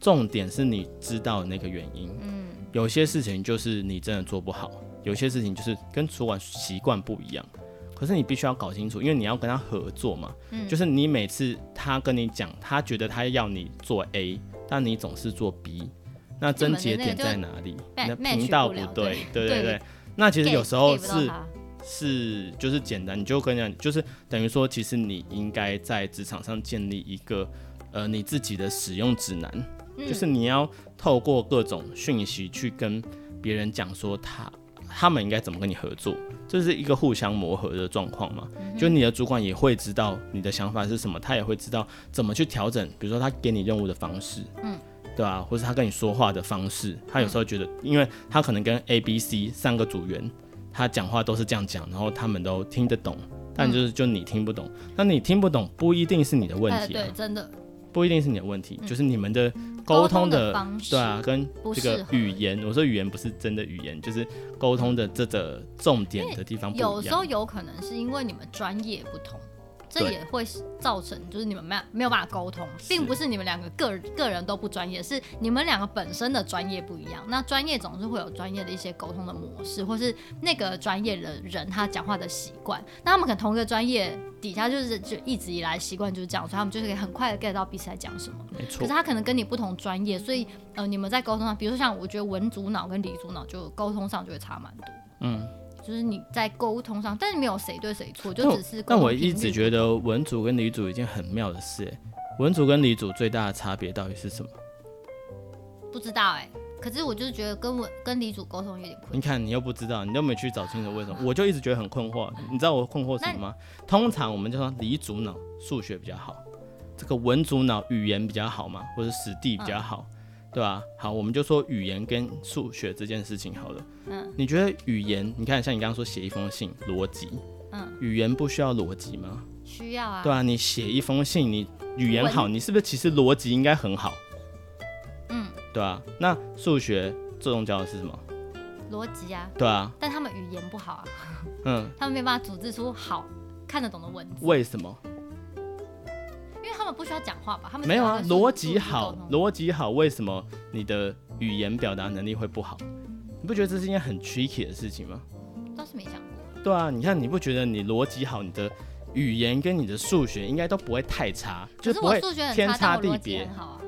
Speaker 1: 重点是你知道那个原因。嗯，有些事情就是你真的做不好，有些事情就是跟主管习惯不一样。可是你必须要搞清楚，因为你要跟他合作嘛。嗯，就是你每次他跟你讲，他觉得他要你做 A，但你总是做 B，那症结点在哪里？
Speaker 2: 你
Speaker 1: 你
Speaker 2: 们的
Speaker 1: 的
Speaker 2: 那个就
Speaker 1: 频道
Speaker 2: match 不了
Speaker 1: 对，对
Speaker 2: 对
Speaker 1: 对
Speaker 2: 对
Speaker 1: 对。那其实有时候
Speaker 2: get- get 不
Speaker 1: 是
Speaker 2: 到他
Speaker 1: 是就是简单，你就跟人家就是等于说，其实你应该在职场上建立一个呃你自己的使用指南，
Speaker 2: 嗯
Speaker 1: 就是你要透过各种讯息去跟别人讲说他他们应该怎么跟你合作，这是一个互相磨合的状况嘛。
Speaker 2: 嗯
Speaker 1: 就你的主管也会知道你的想法是什么，他也会知道怎么去调整，比如说他给你任务的方式，嗯，对吧、或是他跟你说话的方式，他有时候觉得，因为他可能跟 A、B、C 三个组员，他讲话都是这样讲，然后他们都听得懂。但就是就你听不懂，那你听不懂不一定是你的问
Speaker 2: 呃，
Speaker 1: 题啊
Speaker 2: 对，，真的
Speaker 1: 不一定是你的问题，就是你们的沟通
Speaker 2: 嗯沟通的方式
Speaker 1: 对啊，跟
Speaker 2: 不
Speaker 1: 这
Speaker 2: 适
Speaker 1: 个
Speaker 2: 合
Speaker 1: 语言，我说语言不是真的语言，就是沟通的这个重点的地方不
Speaker 2: 有
Speaker 1: 一
Speaker 2: 时候
Speaker 1: 样。
Speaker 2: 有可能是因为你们专业不同，这
Speaker 1: 对
Speaker 2: 也会造成就是你们没有没有办法沟通，并不是你们两个个个人都不专业，是你们两个本身的专业不一样。那专业总是会有专业的一些沟通的模式，或是那个专业的人他讲话的习惯，那他们可能同一个专业底下就是就一直以来习惯就是这样，所以他们就是可以很快的 get 到彼此在讲什么。
Speaker 1: 没
Speaker 2: 可
Speaker 1: 错
Speaker 2: 是，他可能跟你不同专业，所以呃，你们在沟通上，比如说像我觉得文组脑跟理组脑就沟通上就会差蛮多。
Speaker 1: 嗯，
Speaker 2: 就是你在沟通上，但是没有谁对谁错，
Speaker 1: 但
Speaker 2: 就
Speaker 1: 我
Speaker 2: 只是沟
Speaker 1: 但
Speaker 2: 通
Speaker 1: 我
Speaker 2: 频率
Speaker 1: 一直觉得文组跟理组一件很妙的事、欸，文组跟理组最大的差别到底是什么？
Speaker 2: 不知道哎、可是我就是觉得跟我跟李主沟通有点困
Speaker 1: 你
Speaker 2: 难。
Speaker 1: 看，你又不知道，你都没去找清楚为什么，我就一直觉得很困惑。你知道我困惑什么吗？通常我们就说理组脑数学比较好，这个文组脑语言比较好嘛，或者史地比
Speaker 2: 嗯
Speaker 1: 较好，对吧、好，我们就说语言跟数学这件事情好了。
Speaker 2: 嗯，
Speaker 1: 你觉得语言？你看，像你刚刚说写一封信，逻辑，
Speaker 2: 嗯，
Speaker 1: 语言不需要逻辑吗？
Speaker 2: 需要啊，
Speaker 1: 对啊，你写一封信，你语言
Speaker 2: 文
Speaker 1: 好，你是不是其实逻辑应该很好？
Speaker 2: 嗯，
Speaker 1: 对啊，那数学最重要的是什么？
Speaker 2: 逻辑啊，
Speaker 1: 对啊，
Speaker 2: 但他们语言不好啊，
Speaker 1: 嗯，
Speaker 2: 他们没办法组织出好看得懂的文字，
Speaker 1: 为什么？
Speaker 2: 因为他们不需要讲话吧？他们
Speaker 1: 没有啊，逻辑
Speaker 2: 只要，
Speaker 1: 好
Speaker 2: 会数字
Speaker 1: 逻辑好，为什么你的语言表达能力会不好？你不觉得这是一件很 tricky 的事情吗？
Speaker 2: 沟通倒是没想过。
Speaker 1: 对啊，你看，你不觉得你逻辑好，你的语言跟你的数学应该都不会太差，
Speaker 2: 可
Speaker 1: 就是
Speaker 2: 是
Speaker 1: 不
Speaker 2: 我
Speaker 1: 会
Speaker 2: 数学很
Speaker 1: 天
Speaker 2: 差，但
Speaker 1: 差
Speaker 2: 我逻
Speaker 1: 地
Speaker 2: 辑
Speaker 1: 别
Speaker 2: 很。好啊，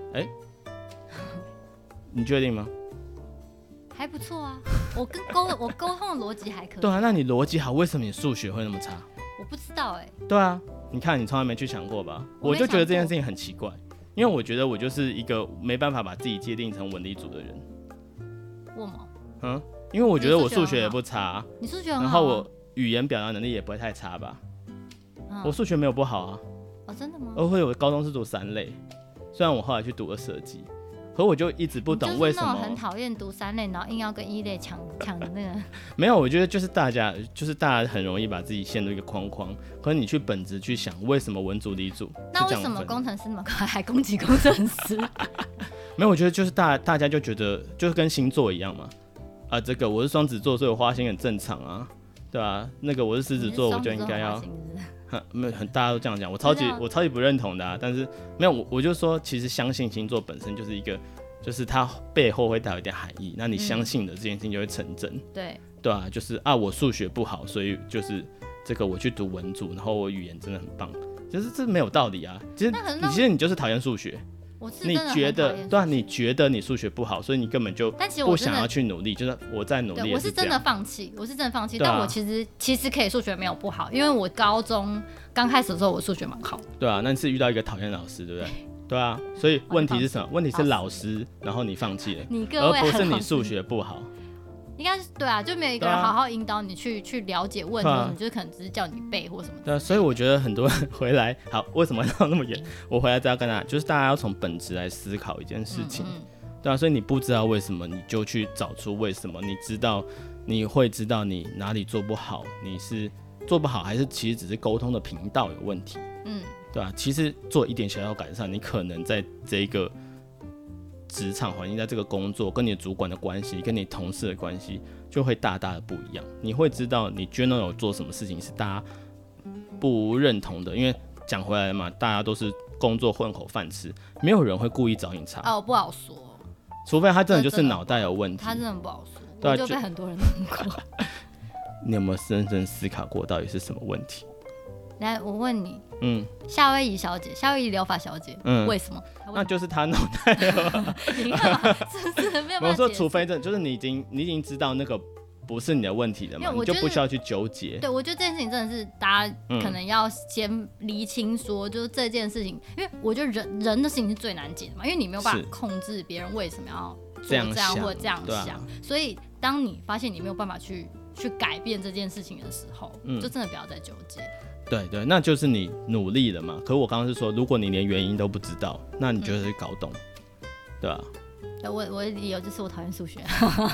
Speaker 1: 你确定吗？
Speaker 2: 嗯还不错啊。我跟沟我沟通的逻辑还可以
Speaker 1: 对，啊，那你逻辑好，为什么你数学会那么差？
Speaker 2: 我不知道哎、
Speaker 1: 对啊，你看你从来没去想过吧？
Speaker 2: 我
Speaker 1: 我
Speaker 2: 没
Speaker 1: 就觉得
Speaker 2: 想
Speaker 1: 这件
Speaker 2: 过
Speaker 1: 事情很奇怪，因为我觉得我就是一个没办法把自己界定成文理组的人，
Speaker 2: 我吗？
Speaker 1: 嗯，因为我觉得
Speaker 2: 你
Speaker 1: 我
Speaker 2: 数学很
Speaker 1: 数学也
Speaker 2: 好
Speaker 1: 不差，
Speaker 2: 你数学很
Speaker 1: 然
Speaker 2: 好、啊，
Speaker 1: 后我语言表达能力也不会太差吧。
Speaker 2: 嗯
Speaker 1: 我数学没有不好啊，
Speaker 2: 哦真的吗？
Speaker 1: 而会有高中是读三类，虽然我后来去读了设计，可我就一直不懂为什
Speaker 2: 你就是那种很
Speaker 1: 么
Speaker 2: 讨厌读三类，然后硬要跟一类抢 抢那个。
Speaker 1: 没有。我觉得就是大家就是大家很容易把自己陷入一个框框，可你去本质去想为什么文组理组
Speaker 2: 那
Speaker 1: 是这
Speaker 2: 为
Speaker 1: 样
Speaker 2: 什么
Speaker 1: 分
Speaker 2: 工程师那么快还攻击工程 师？
Speaker 1: 没有，我觉得就是大大家就觉得就是跟星座一样嘛，啊，这个我是双子座，所以我花心很正常啊，对啊，那个我是狮 子座，我就应该
Speaker 2: 你
Speaker 1: 要
Speaker 2: 是双子座很花，心是不是
Speaker 1: 哼没有很大家都这样讲，我超
Speaker 2: 我
Speaker 1: 级
Speaker 2: 知道
Speaker 1: 我超级不认同的啊，但是没有我我就说，其实相信星座本身就是一个，就是它背后会带有一点含义，那你相信的这件事情就会成真，
Speaker 2: 对，
Speaker 1: 对啊，就是啊我数学不好，所以就是这个我去读文组，然后我语言真的很棒，就是这没有道理啊，其实
Speaker 2: 那很
Speaker 1: 你
Speaker 2: 让
Speaker 1: 其实你就是讨厌数学。
Speaker 2: 我是
Speaker 1: 你
Speaker 2: 真的很
Speaker 1: 觉
Speaker 2: 讨
Speaker 1: 得
Speaker 2: 厌
Speaker 1: 对啊？你觉得你数学不好，所以你根本就
Speaker 2: 但其实
Speaker 1: 不
Speaker 2: 我真
Speaker 1: 想要
Speaker 2: 的。
Speaker 1: 去努力，就是我在努力
Speaker 2: 对，
Speaker 1: 也
Speaker 2: 我
Speaker 1: 是
Speaker 2: 真
Speaker 1: 这
Speaker 2: 的
Speaker 1: 样。
Speaker 2: 放弃，我是真的放弃。
Speaker 1: 对啊
Speaker 2: 但我其实其实可以数学没有不好，因为我高中刚开始的时候我数学蛮好的，
Speaker 1: 对啊，那你是遇到一个讨厌的老师，对不对？ 对啊，所以问题是什么？问题是老师，然后你放弃了，
Speaker 2: 你各
Speaker 1: 而
Speaker 2: 位
Speaker 1: 不
Speaker 2: 很
Speaker 1: 是你
Speaker 2: 好
Speaker 1: 数学不好。
Speaker 2: 应该是对啊，就没有一个
Speaker 1: 对
Speaker 2: 人
Speaker 1: 啊
Speaker 2: 好好引导你去、去了解问题，
Speaker 1: 对啊
Speaker 2: 你就是可能只是叫你背或什么的。
Speaker 1: 对啊，所以我觉得很多人回来，好，为什么要那 么远？我回来再要跟大家，就是大家要从本质来思考一件事情。
Speaker 2: 嗯，
Speaker 1: 对啊，所以你不知道为什么，你就去找出为什么。你知道，你会知道你哪里做不好，你是做不好，还是其实只是沟通的频道有问题？
Speaker 2: 嗯，
Speaker 1: 对啊，其实做一点小小改善，你可能在这个职场环境，在这个工作，跟你的主管的关系，跟你同事的关系，就会大大的不一样。你会知道你 general 有做什么事情是大家不认同的，因为讲回来了嘛，大家都是工作混口饭吃，没有人会故意找你茬。
Speaker 2: 哦，不好说，
Speaker 1: 除非他真的就
Speaker 2: 这
Speaker 1: 是
Speaker 2: 真的
Speaker 1: 脑袋有问题。
Speaker 2: 他真的不好说，
Speaker 1: 对啊
Speaker 2: 我就
Speaker 1: 就
Speaker 2: 被很多人弄过。
Speaker 1: 你有没有认真思考过到底是什么问题？
Speaker 2: 来，我问你，
Speaker 1: 嗯，
Speaker 2: 夏威夷小姐，夏威夷疗法小姐，
Speaker 1: 嗯
Speaker 2: 为什么？她
Speaker 1: 那
Speaker 2: 为
Speaker 1: 就是他脑 袋。
Speaker 2: 你干嘛？ 是不是没有办
Speaker 1: 我
Speaker 2: 法
Speaker 1: 说，
Speaker 2: 解释
Speaker 1: 除非这就是你已经你已经知道那个不是你的问题了
Speaker 2: 没
Speaker 1: 嘛，
Speaker 2: 有
Speaker 1: 你
Speaker 2: 我
Speaker 1: 就
Speaker 2: 觉得
Speaker 1: 不需要去纠结。
Speaker 2: 对，我觉得这件事情真的是大家
Speaker 1: 嗯
Speaker 2: 可能要先厘清说，就是这件事情，因为我觉得人人的事情是最难解的嘛，因为你没有办
Speaker 1: 是
Speaker 2: 法控制别人为什么要做
Speaker 1: 这
Speaker 2: 这
Speaker 1: 样
Speaker 2: 样
Speaker 1: 想
Speaker 2: 或这样
Speaker 1: 对啊
Speaker 2: 想，所以当你发现你没有办法去去改变这件事情的时候，
Speaker 1: 嗯
Speaker 2: 就真的不要再纠结。
Speaker 1: 对对，那就是你努力了嘛。可我刚刚是说，如果你连原因都不知道，那你就是搞懂，对吧、
Speaker 2: 嗯对我我的理由就是我讨厌数学，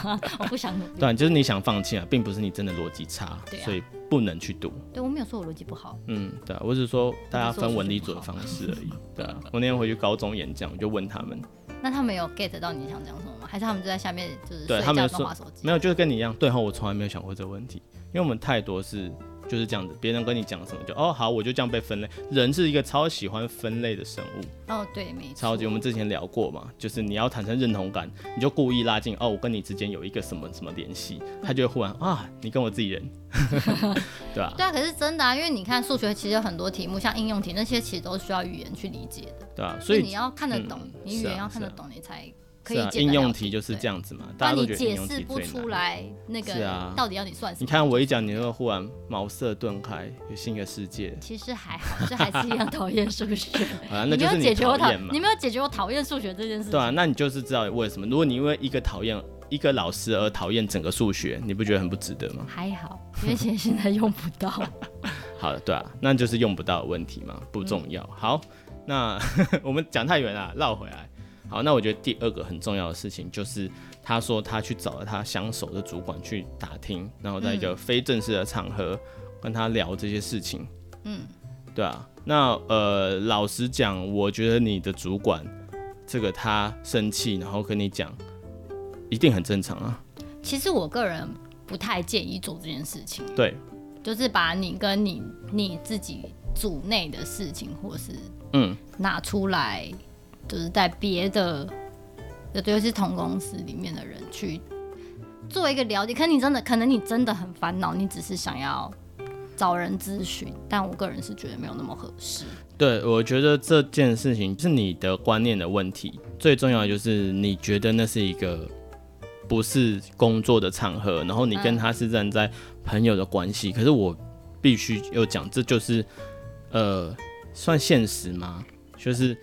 Speaker 2: 我不想努力。
Speaker 1: 对啊，就是你想放弃啊，并不是你真的逻辑差，
Speaker 2: 对啊
Speaker 1: 所以不能去读。
Speaker 2: 对我没有说我逻辑不好，
Speaker 1: 嗯，对啊，我只是说大家
Speaker 2: 我是说
Speaker 1: 分文理
Speaker 2: 数
Speaker 1: 组
Speaker 2: 学
Speaker 1: 的
Speaker 2: 不好
Speaker 1: 方式 而已。对啊，我那天回去高中演讲，我就问他们，
Speaker 2: 那他们有 get 到你想讲什么吗？还是他们就在下面就是
Speaker 1: 对
Speaker 2: 睡
Speaker 1: 他
Speaker 2: 觉
Speaker 1: 们
Speaker 2: 跟
Speaker 1: 就说
Speaker 2: 划手机？
Speaker 1: 没有，就是跟你一样，对哈，我从来没有想过这个问题，因为我们太多是就是这样子，别人跟你讲什么就哦好，我就这样被分类。人是一个超喜欢分类的生物，
Speaker 2: 哦，对，没错
Speaker 1: 超。级我们之前聊过嘛，就是你要产生认同感，你就故意拉近哦，我跟你之间有一个什么什么联系，他就会忽然啊，你跟我自己 人，对吧、
Speaker 2: 对啊，可是真的啊，因为你看数学其实有很多题目，像应用题那些，其实都需要语言去理解的，
Speaker 1: 对吧、所
Speaker 2: 所以
Speaker 1: 以
Speaker 2: 你要看得
Speaker 1: 嗯
Speaker 2: 懂，
Speaker 1: 是
Speaker 2: 你语言
Speaker 1: 啊
Speaker 2: 要看得
Speaker 1: 是啊
Speaker 2: 懂，你才可
Speaker 1: 是
Speaker 2: 以
Speaker 1: 啊，
Speaker 2: 解得了
Speaker 1: 应用题就是这样子嘛，大
Speaker 2: 对
Speaker 1: 家
Speaker 2: 不然你
Speaker 1: 都觉得应
Speaker 2: 解
Speaker 1: 用
Speaker 2: 释
Speaker 1: 题
Speaker 2: 不
Speaker 1: 最
Speaker 2: 出
Speaker 1: 难。
Speaker 2: 来那
Speaker 1: 是
Speaker 2: 个
Speaker 1: 啊
Speaker 2: 到底要你算什
Speaker 1: 你
Speaker 2: 么。
Speaker 1: 看我一讲，你就忽然茅塞顿开，有新的世界。
Speaker 2: 其实还好，就还是一样讨厌数学。
Speaker 1: 好 啊，
Speaker 2: 你 没
Speaker 1: 那就是
Speaker 2: 有解决我
Speaker 1: 讨
Speaker 2: 讨
Speaker 1: 厌，嘛
Speaker 2: 你。没有解决我讨厌数学这件事
Speaker 1: 对
Speaker 2: 情。
Speaker 1: 啊，那你就是知道为什么。如果你因为一个讨厌一个老师而讨厌整个数学，你不觉得很不值得吗？
Speaker 2: 还好，因为其实现在用不到。
Speaker 1: 好的，对啊，那就是用不到的问题嘛，不重要。好，那 我们讲太远了，绕回来。好，那我觉得第二个很重要的事情就是，他说他去找了他相熟的主管去打听，然后在一个非正式的场合跟他聊这些事情。
Speaker 2: 嗯，
Speaker 1: 对啊。那呃，老实讲，我觉得你的主管这个他生气，然后跟你讲，一定很正常啊。
Speaker 2: 其实我个人不太建议做这件事情，
Speaker 1: 对，
Speaker 2: 就是把你跟你你自己组内的事情，或是
Speaker 1: 嗯，
Speaker 2: 拿出来，就是在别的，尤其是同公司里面的人去做一个了解。可能你真的，可能你真的很烦恼，你只是想要找人咨询，但我个人是觉得没有那么合适。
Speaker 1: 对，我觉得这件事情是你的观念的问题，最重要的就是你觉得那是一个不是工作的场合，然后你跟
Speaker 2: 嗯
Speaker 1: 他是站在朋友的关系。可是我必须又讲，这就是呃，算现实吗？就是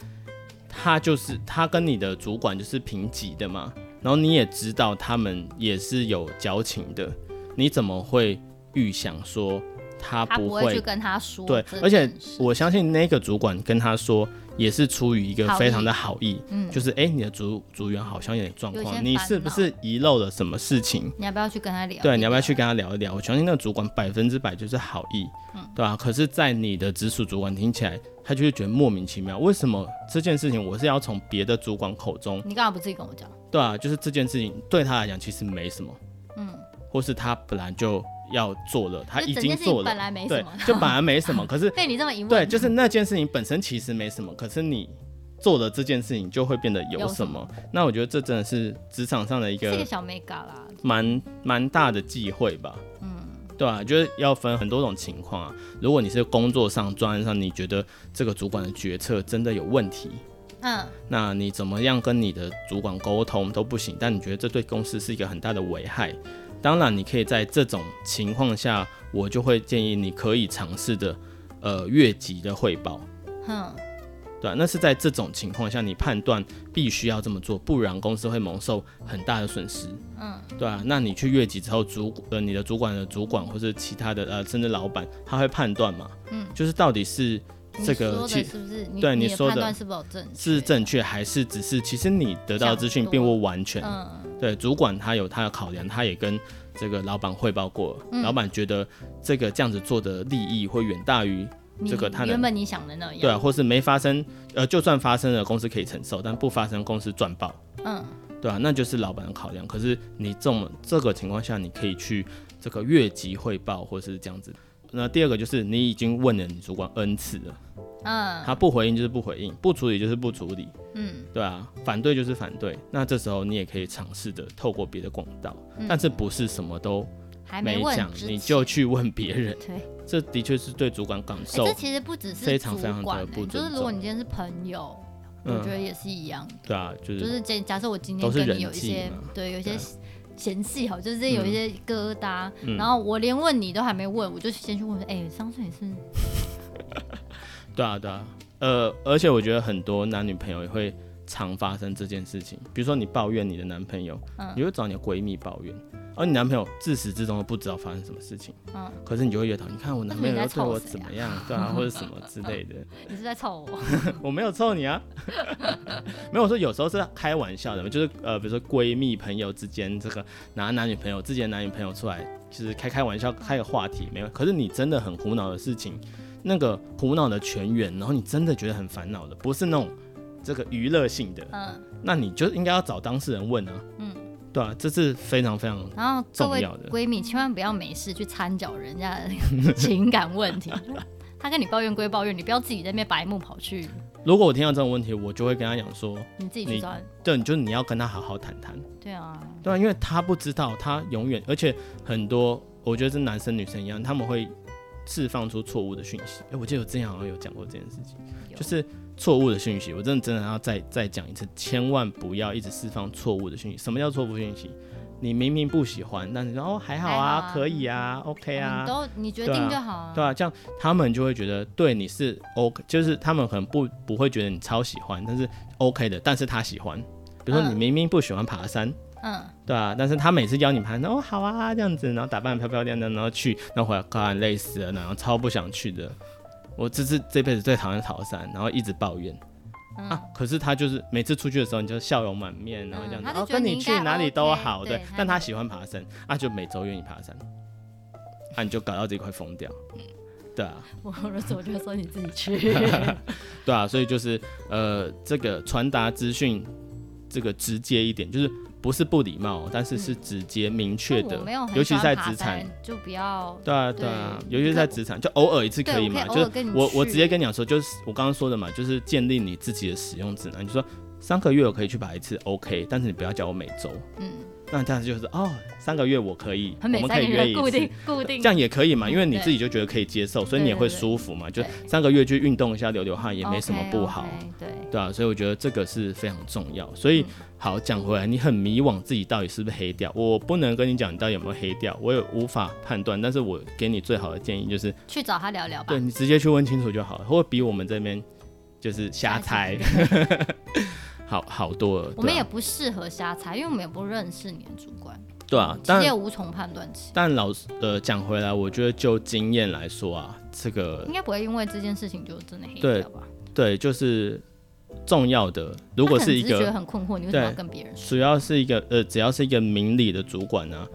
Speaker 1: 他就是他跟你的主管就是平级的嘛，然后你也知道他们也是有交情的，你怎么会预想说？他
Speaker 2: 他
Speaker 1: 啊不
Speaker 2: 会去
Speaker 1: 会。
Speaker 2: 跟他说这件事。，
Speaker 1: 对而且我相信那个主管跟他说，也是出于一个
Speaker 2: 好
Speaker 1: 非
Speaker 2: 意
Speaker 1: 常的好意，
Speaker 2: 嗯
Speaker 1: 就是哎、诶你的组组员好像有点状
Speaker 2: 有些
Speaker 1: 况，你
Speaker 2: 烦
Speaker 1: 是不是遗漏了什么事情？
Speaker 2: 你要不要去跟他聊？
Speaker 1: 对，你要不要去？跟他聊一聊？我相信那个主管百分之百就是好意，
Speaker 2: 嗯
Speaker 1: 对吧、可是，在你的直属主管听起来，他就会觉得莫名其妙，为什么这件事情我是要从别的主管口中，
Speaker 2: 你干嘛不自己跟我讲？
Speaker 1: 对啊，就是这件事情对他来讲其实没什么，嗯，或是他本来就要做了，他
Speaker 2: 就
Speaker 1: 已
Speaker 2: 整
Speaker 1: 经
Speaker 2: 件事情
Speaker 1: 做
Speaker 2: 本
Speaker 1: 了，
Speaker 2: 来没什
Speaker 1: 对
Speaker 2: 么，，
Speaker 1: 就本来没 什么，可是
Speaker 2: 被你这么一问，
Speaker 1: 对，就是那件事情本身其实没什么，可是你做了这件事情就会变得有
Speaker 2: 有
Speaker 1: 什
Speaker 2: 什
Speaker 1: 么。那我觉得这真的是职场上的一
Speaker 2: 是个
Speaker 1: 个
Speaker 2: 小 mega 啦。
Speaker 1: 蛮蛮大的忌讳吧。嗯，对啊，就是要分很多种情况啊。如果你是工作上、专案上，你觉得这个主管的决策真的有问题，
Speaker 2: 嗯，
Speaker 1: 那你怎么样跟你的主管沟通都不行，但你觉得这对公司是一个很大的危害。当然，你可以在这种情况下，我就会建议你可以尝试的，呃，越级的汇报。
Speaker 2: 哼，
Speaker 1: 对啊、那是在这种情况下，你判断必须要这么做，不然公司会蒙受很大的损失。嗯，对啊，那你去越级之后，主呃你的主管的主管或是其他的呃甚至老板，他会判断嘛？嗯，就是到底是
Speaker 2: 你
Speaker 1: 这
Speaker 2: 说
Speaker 1: 个
Speaker 2: 的
Speaker 1: 其
Speaker 2: 是不是？你
Speaker 1: 对
Speaker 2: 你
Speaker 1: 你说的
Speaker 2: 判断是否正确？
Speaker 1: 是正确还是只是其实你得到的资讯
Speaker 2: 想
Speaker 1: 并
Speaker 2: 多
Speaker 1: 不完全。
Speaker 2: 嗯，
Speaker 1: 对，主管他有他的考量，他也跟这个老板汇报过，
Speaker 2: 嗯
Speaker 1: 老板觉得这个这样子做的利益会远大于
Speaker 2: 你
Speaker 1: 这个他能
Speaker 2: 原本你想的那样。
Speaker 1: 对啊，或是没发生，呃，就算发生了，公司可以承受，但不发生，公司赚爆，
Speaker 2: 嗯，
Speaker 1: 对啊，那就是老板的考量。可是你这么这个情况下，你可以去这个越级汇报，或是这样子。那第二个就是你已经问了你主管 n 次了，
Speaker 2: 嗯，
Speaker 1: 他不回应就是不回应，不处理就是不处理，
Speaker 2: 嗯，
Speaker 1: 对啊，反对就是反对。那这时候你也可以尝试的透过别的管道，但是不是什么都
Speaker 2: 嗯还
Speaker 1: 没
Speaker 2: 问
Speaker 1: 讲，
Speaker 2: 之
Speaker 1: 你
Speaker 2: 前
Speaker 1: 就去问别人，
Speaker 2: 对。
Speaker 1: 这的确是对主管感
Speaker 2: 哎
Speaker 1: 受。
Speaker 2: 这其实不只是
Speaker 1: 非常
Speaker 2: 主
Speaker 1: 非常的
Speaker 2: 管欸
Speaker 1: 不
Speaker 2: 就是
Speaker 1: 尊
Speaker 2: 如果你
Speaker 1: 重
Speaker 2: 今天是朋友，
Speaker 1: 嗯
Speaker 2: 我觉得也是一样的。
Speaker 1: 对啊，就是
Speaker 2: 就是这，假设我今
Speaker 1: 都
Speaker 2: 天
Speaker 1: 是
Speaker 2: 跟
Speaker 1: 人
Speaker 2: 你有一
Speaker 1: 际
Speaker 2: 些
Speaker 1: 嘛
Speaker 2: 对有一
Speaker 1: 对
Speaker 2: 些
Speaker 1: 啊嗯
Speaker 2: 嫌隙好，就是有一些疙瘩，然后我连问你都还没问，我就先去问，哎、上次也是，
Speaker 1: 对啊，对啊，呃，而且我觉得很多男女朋友也会常发生这件事情。比如说你抱怨你的男朋友，你会找你的闺蜜抱怨，哦而你男朋友自始至终都不知道发生什么事情。
Speaker 2: 嗯
Speaker 1: 可是你就会越讨厌，你看我男朋友又对我怎么样，对啊，或者什么之类的。
Speaker 2: 你是不是在臭我，
Speaker 1: 我没有臭你啊， 没有我说有时候是开玩笑的，就是呃，比如说闺蜜朋友之间，这个拿男女朋友之间的男女朋友出来，就是开开玩笑，开个话题没有。可是你真的很苦恼的事情，那个苦恼的全员，然后你真的觉得很烦恼的，不是那种这个娱乐性的，
Speaker 2: 嗯，
Speaker 1: 那你就应该要找当事人问啊，嗯，对啊，这是非常非常
Speaker 2: 然后各
Speaker 1: 重
Speaker 2: 位
Speaker 1: 要的
Speaker 2: 闺蜜千万不要没事去掺搅人家的那个情感问 题。他跟你抱怨归抱怨，你不要自己在那边白目跑去，
Speaker 1: 如果我听到这种问题，我就会跟他讲说，
Speaker 2: 你自己去
Speaker 1: 你
Speaker 2: 钻。
Speaker 1: 对，你就你要跟他好好谈谈。
Speaker 2: 对啊，
Speaker 1: 对啊，因为他不知道，他永远，而且很多，我觉得是男生女生一样，他们会释放出错误的讯息。哎，我记得我之前好像有讲过这件事情，
Speaker 2: 有
Speaker 1: 就是错误的讯息，我真的真的要再再讲一次，千万不要一直释放错误的讯息。什么叫错误讯息？你明明不喜欢，但你说哦还好
Speaker 2: 还
Speaker 1: 啊，
Speaker 2: 好啊
Speaker 1: 可以啊，OK 啊，
Speaker 2: 你都你决
Speaker 1: 对啊
Speaker 2: 定就好啊。
Speaker 1: 对啊，这样他们就会觉得对你是 OK，就是他们可能不不会觉得你超喜欢，但是 OK 的，但是他喜欢。比如说你
Speaker 2: 嗯
Speaker 1: 明明不喜欢爬山，
Speaker 2: 嗯，
Speaker 1: 对啊，但是他每次邀你爬山，哦好啊这样子，然后打扮得漂漂亮亮，然后去，然后回来，看累死了，然后超不想去的。我这是这辈子最讨厌跑山，然后一直抱怨。啊！可是他就是每次出去的时候，你就笑容满面，然后这样
Speaker 2: 嗯嗯他
Speaker 1: 子，
Speaker 2: 就
Speaker 1: 然后
Speaker 2: 觉得
Speaker 1: 跟
Speaker 2: 你
Speaker 1: 你
Speaker 2: 应
Speaker 1: 去
Speaker 2: 该
Speaker 1: 哪里
Speaker 2: OK，
Speaker 1: 都好，
Speaker 2: 对
Speaker 1: 对
Speaker 2: 他。
Speaker 1: 但他喜欢爬山，啊，就每周约你爬山，啊，你就搞到自己快疯掉，对啊。
Speaker 2: 我我说我就说你自己去。
Speaker 1: 对啊，所以就是呃，这个传达资讯，这个直接一点，就是不是不礼貌，但是是直接明确
Speaker 2: 但
Speaker 1: 的
Speaker 2: 嗯哦我没有，很
Speaker 1: 尤其
Speaker 2: 喜
Speaker 1: 是
Speaker 2: 欢
Speaker 1: 在
Speaker 2: 爬
Speaker 1: 职场
Speaker 2: 山。，就不要。
Speaker 1: 对啊，对啊，
Speaker 2: 对
Speaker 1: 尤其是在职场，就偶尔一次
Speaker 2: 对
Speaker 1: 可以
Speaker 2: 我可以
Speaker 1: 嘛？
Speaker 2: 偶
Speaker 1: 就
Speaker 2: 尔跟
Speaker 1: 是
Speaker 2: 你
Speaker 1: 我我
Speaker 2: 去
Speaker 1: 直接跟你讲说，就是我刚刚说的嘛，就是建立你自己的使用指南，就说三个月我可以去爬一次，OK，但是你不要叫我每周。
Speaker 2: 嗯，
Speaker 1: 那这样子就是哦，三个月我可以，我
Speaker 2: 很美
Speaker 1: 们
Speaker 2: 三
Speaker 1: 可
Speaker 2: 个
Speaker 1: 以约
Speaker 2: 人
Speaker 1: 一
Speaker 2: 固
Speaker 1: 次，
Speaker 2: 定固定，
Speaker 1: 这样也可以嘛，因为你
Speaker 2: 对
Speaker 1: 自己就觉得可以接受，所以你也会
Speaker 2: 对对对
Speaker 1: 舒服嘛，就
Speaker 2: 对
Speaker 1: 三个月去运动一下，流流汗也没什么不好。
Speaker 2: OK，OK，对，
Speaker 1: 对啊，所以我觉得这个是非常重要。所以、
Speaker 2: 嗯
Speaker 1: 好讲回来，你很迷惘自己到底是不是黑掉，我不能跟你讲你到底有没有黑掉，我也无法判断。但是我给你最好的建议就是，
Speaker 2: 去找他聊聊吧
Speaker 1: 对。你直接去问清楚就好了，或者比我们这边就是瞎猜
Speaker 2: 瞎
Speaker 1: 好好多了。
Speaker 2: 我们
Speaker 1: 对
Speaker 2: 也
Speaker 1: 啊
Speaker 2: 不适合瞎猜，因为我们也不认识你的主管。
Speaker 1: 对啊，
Speaker 2: 其实
Speaker 1: 但
Speaker 2: 也无从判断起，
Speaker 1: 但老实呃讲回来，我觉得就经验来说啊，这个
Speaker 2: 应该不会因为这件事情就真的黑
Speaker 1: 对
Speaker 2: 掉吧？
Speaker 1: 对就是重要的，如果
Speaker 2: 他可
Speaker 1: 是
Speaker 2: 能
Speaker 1: 一
Speaker 2: 只觉得
Speaker 1: 个
Speaker 2: 很困惑，你为什么要
Speaker 1: 对
Speaker 2: 跟别人说？
Speaker 1: 主要是一个呃只要是一个明理的主管呢、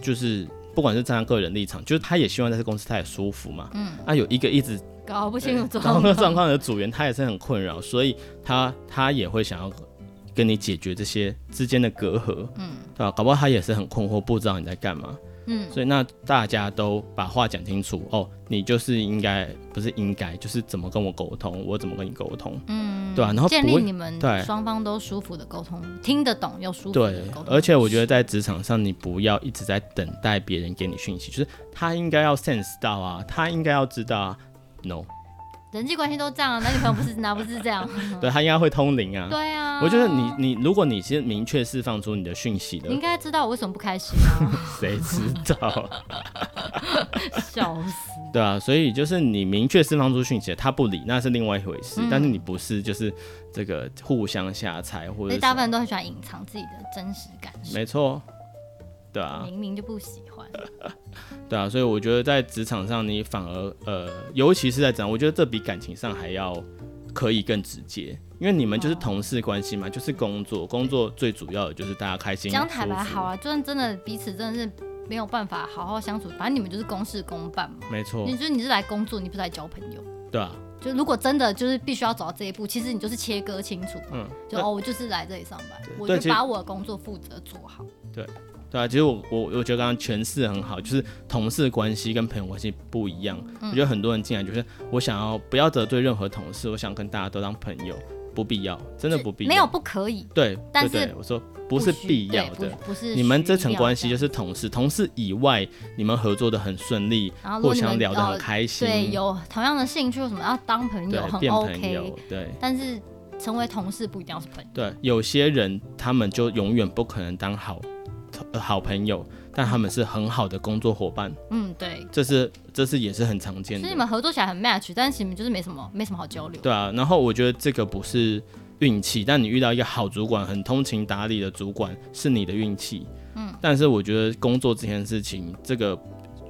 Speaker 1: 就是不管是站在个人立场，就是他也希望在这公司他也舒服嘛。嗯，啊有一个一直
Speaker 2: 搞不清楚
Speaker 1: 高
Speaker 2: 状
Speaker 1: 个
Speaker 2: 况，
Speaker 1: 状况的组员，他也是很困扰，所以他他也会想要跟你解决这些之间的隔阂，嗯，对吧？搞不好他也是很困惑，不知道你在干嘛，
Speaker 2: 嗯，
Speaker 1: 所以那大家都把话讲清楚哦，你就是应该不是应该，就是怎么跟我沟通，我怎么跟你沟通，嗯，对吧、然后
Speaker 2: 建
Speaker 1: 不
Speaker 2: 立
Speaker 1: 会
Speaker 2: 你们
Speaker 1: 对
Speaker 2: 双方都舒服的沟通，听得懂又舒服
Speaker 1: 对
Speaker 2: 的沟，通。
Speaker 1: 而且我觉得在职场上，你不要一直在等待别人给你讯息，就是他应该要 sense 到啊，他应该要知道啊，no，
Speaker 2: 人际关系都这样啊，男女朋友不是 哪不是这样？
Speaker 1: 对他应该会通灵啊，
Speaker 2: 嗯对啊，
Speaker 1: 我觉得你你，如果你是明确释放出你的讯息
Speaker 2: 你
Speaker 1: 的
Speaker 2: 应，该知道我为什么不开心啊，
Speaker 1: 谁知道啊？
Speaker 2: 笑死！
Speaker 1: 对啊，所以就是你明确释放出讯息，他不理那是另外一回事，
Speaker 2: 嗯
Speaker 1: 但是你不是就是这个互相下猜
Speaker 2: 所
Speaker 1: 或者
Speaker 2: 以
Speaker 1: 是
Speaker 2: 大部分人都很喜欢隐藏自己的真实感受，
Speaker 1: 没错，对啊，
Speaker 2: 明明就不喜欢。
Speaker 1: 对啊，所以我觉得在职场上，你反而呃，尤其是在职场，我觉得这比感情上还要可以更直接，因为你们就是
Speaker 2: 哦
Speaker 1: 同事关系嘛，就是工作，工作最主要的就是大家开心，
Speaker 2: 讲坦白
Speaker 1: 舒服
Speaker 2: 好，啊，就算真的彼此真的是没有办法好好相处，反正你们就是公事公办嘛。
Speaker 1: 没错
Speaker 2: 你，就是你是来工作，你不是来交朋友。
Speaker 1: 对啊，
Speaker 2: 就如果真的就是必须要走到这一步，其实你就是切割清楚，
Speaker 1: 嗯，
Speaker 2: 就哦，我就是来这里上班，我
Speaker 1: 对其
Speaker 2: 就
Speaker 1: 实
Speaker 2: 把我的工作负责做好。
Speaker 1: 对啊，其实我我我觉得刚刚诠释很好，就是同事关系跟朋友关系不一样。
Speaker 2: 嗯
Speaker 1: 我觉得很多人进来就是我想要不要得罪任何同事，我想跟大家都当朋友，不必要，真的不必要。
Speaker 2: 没有不可以，
Speaker 1: 对，
Speaker 2: 但
Speaker 1: 对
Speaker 2: 是
Speaker 1: 对，我说不是
Speaker 2: 需
Speaker 1: 必
Speaker 2: 对
Speaker 1: 要的。
Speaker 2: 不不是
Speaker 1: 你们这
Speaker 2: 需
Speaker 1: 层
Speaker 2: 要
Speaker 1: 关系
Speaker 2: 这
Speaker 1: 就
Speaker 2: 样
Speaker 1: 是同事，同事以外你们合作的很顺利，
Speaker 2: 然后如
Speaker 1: 互
Speaker 2: 果你
Speaker 1: 相
Speaker 2: 们
Speaker 1: 聊得很
Speaker 2: 呃
Speaker 1: 开心，
Speaker 2: 对有同样的兴趣或什么要当朋友
Speaker 1: 对
Speaker 2: 很
Speaker 1: 变朋
Speaker 2: OK，
Speaker 1: 友，对。
Speaker 2: 但是成为同事不一定要是朋友。
Speaker 1: 对，有些人他们就永远不可能当好、呃好朋友，但他们是很好的工作伙伴，
Speaker 2: 嗯，对。
Speaker 1: 这是这是也是很常见的。
Speaker 2: 所以你们合作起来很 match，但是你们就是没什么没什么好交流。
Speaker 1: 对啊，然后我觉得这个不是运气，但你遇到一个好主管、很通情达理的主管是你的运气。嗯，但是我觉得工作这件事情，这个